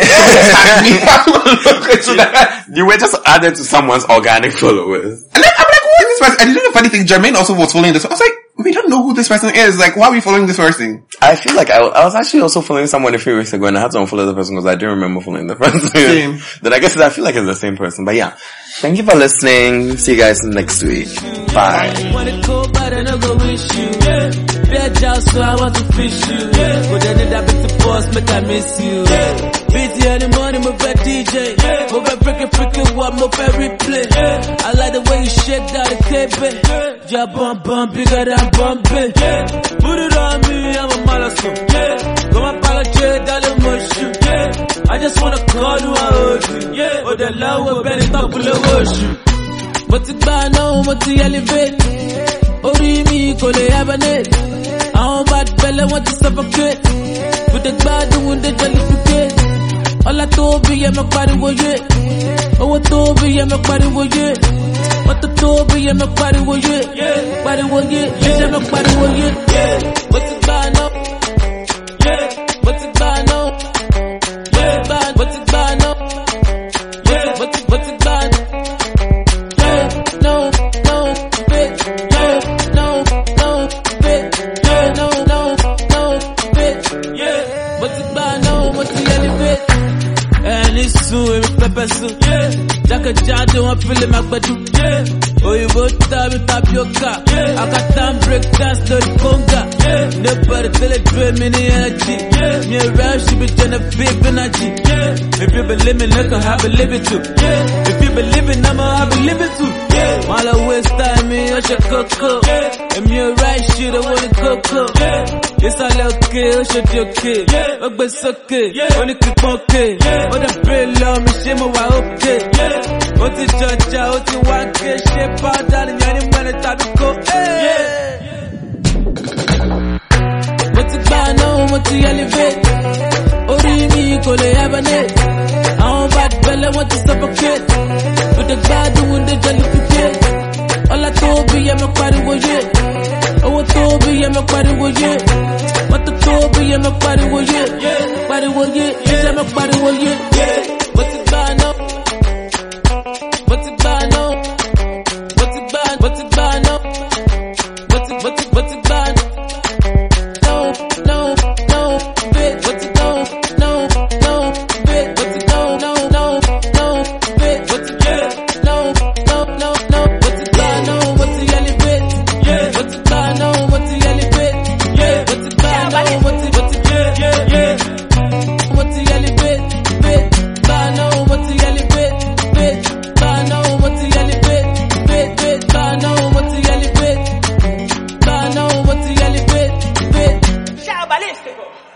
So that-
you were just added to someone's organic followers.
and then I'm like, who is this person? And you know the funny thing, Jermaine also was following this. I was like, we don't know who this person is. Like, why are we following this person?
I feel like I, I was actually also following someone a few weeks ago and I had to unfollow the person because I didn't remember following the person.
Same.
then I guess I feel like it's the same person. But yeah. Thank you for listening. See you guys next week. Bye.
Want it cold, but I no go wish you. Yeah. Bare jaws, so I want to fish you. Yeah. But then it happen to force, make I miss you. Yeah. Busy in the morning, move a DJ. Yeah. Move a freaking freaking one, move a replay. Yeah. I like the way you shake down the cable. Yeah. Your bum bum bigger than bumping. Yeah. Put it on me, I'm a mollusk. Yeah. Go my apologize, darling, mush you. Yeah. I just wanna call you, I hold you. Yeah. Oh, the love will be the top of the worship. mo ti gbà náà mo ti elevate orí mi kò lè hibernate àwọn bad belle wọn ti suffocate kùdé gbádùn ún dé jollificate ọlá tó bí yẹ mọ pariwo yé owó tó bí yẹ mọ pariwo yé mọtò tó bí yẹ mọ pariwo yé pariwo yé ẹsẹ mọ pariwo yé mo ti gbà náà mo ti gbà náà mo ti gbà náà mo ti mo ti gbà náà. Yeah, no, no, bitch. Yeah, no, no, bitch. Yeah, no, no, no, bitch. Yeah, but it's by no, but it's any bitch. And it's soon, it's pepper soup. Yeah, Jack and John, don't feel it, my butt. Yeah, oh, you go Good time in tapioca. I got time break dance to the conga. The party till it drain me the energy. Me around, she be trying to fake energy. If you believe me, look how I believe it too. If you believe it, I'ma I believe it too. While I waste time, me I should coco. And me right, shit, I wanna coco. It's all okay, I oh, should okay. Look, but it's okay. Only keep okay. Oh, the bill on me, shame, oh, I okay. ó ti jọjà ó ti wá ké ṣe bàdà nìyẹn ní mẹ́rin tàbí kó ẹ̀. mo ti gbà náà mo ti elevate orí mi kò lè hibernate àwọn bad belle wọ́n ti suffocate mo dé gbádùn mo dé jollificate ọlá tó bí yẹ mi pariwo yé owó tó bí yẹ mi pariwo yé mọ́tò tó bí yẹ mi pariwo yé pariwo yé iṣẹ́ mi pariwo yé mo ti gbà náà. What's it by now? What's it by? What's it by now? What's it? What's it? What's it by? No, no, no, bit. What's it? No, no, no, bit. What's it? No, no, no, no, bit. What's it? Yeah. No, no, no, no. What's it by? No, what's it? Yelly bit. Yeah. What's it by? No, what's it? Yelly bit. Yeah. What's it by? No, what's it? What's it? Yeah, yeah, yeah. What's it? Yelly bit, bit. By no, what's it? Yelly bit, bit. By no, what's it? Yelly bit, bit, bit. By no, what's it? Yelly bit. By no, what's it? Yelly bit, bit.
Shout ballistico.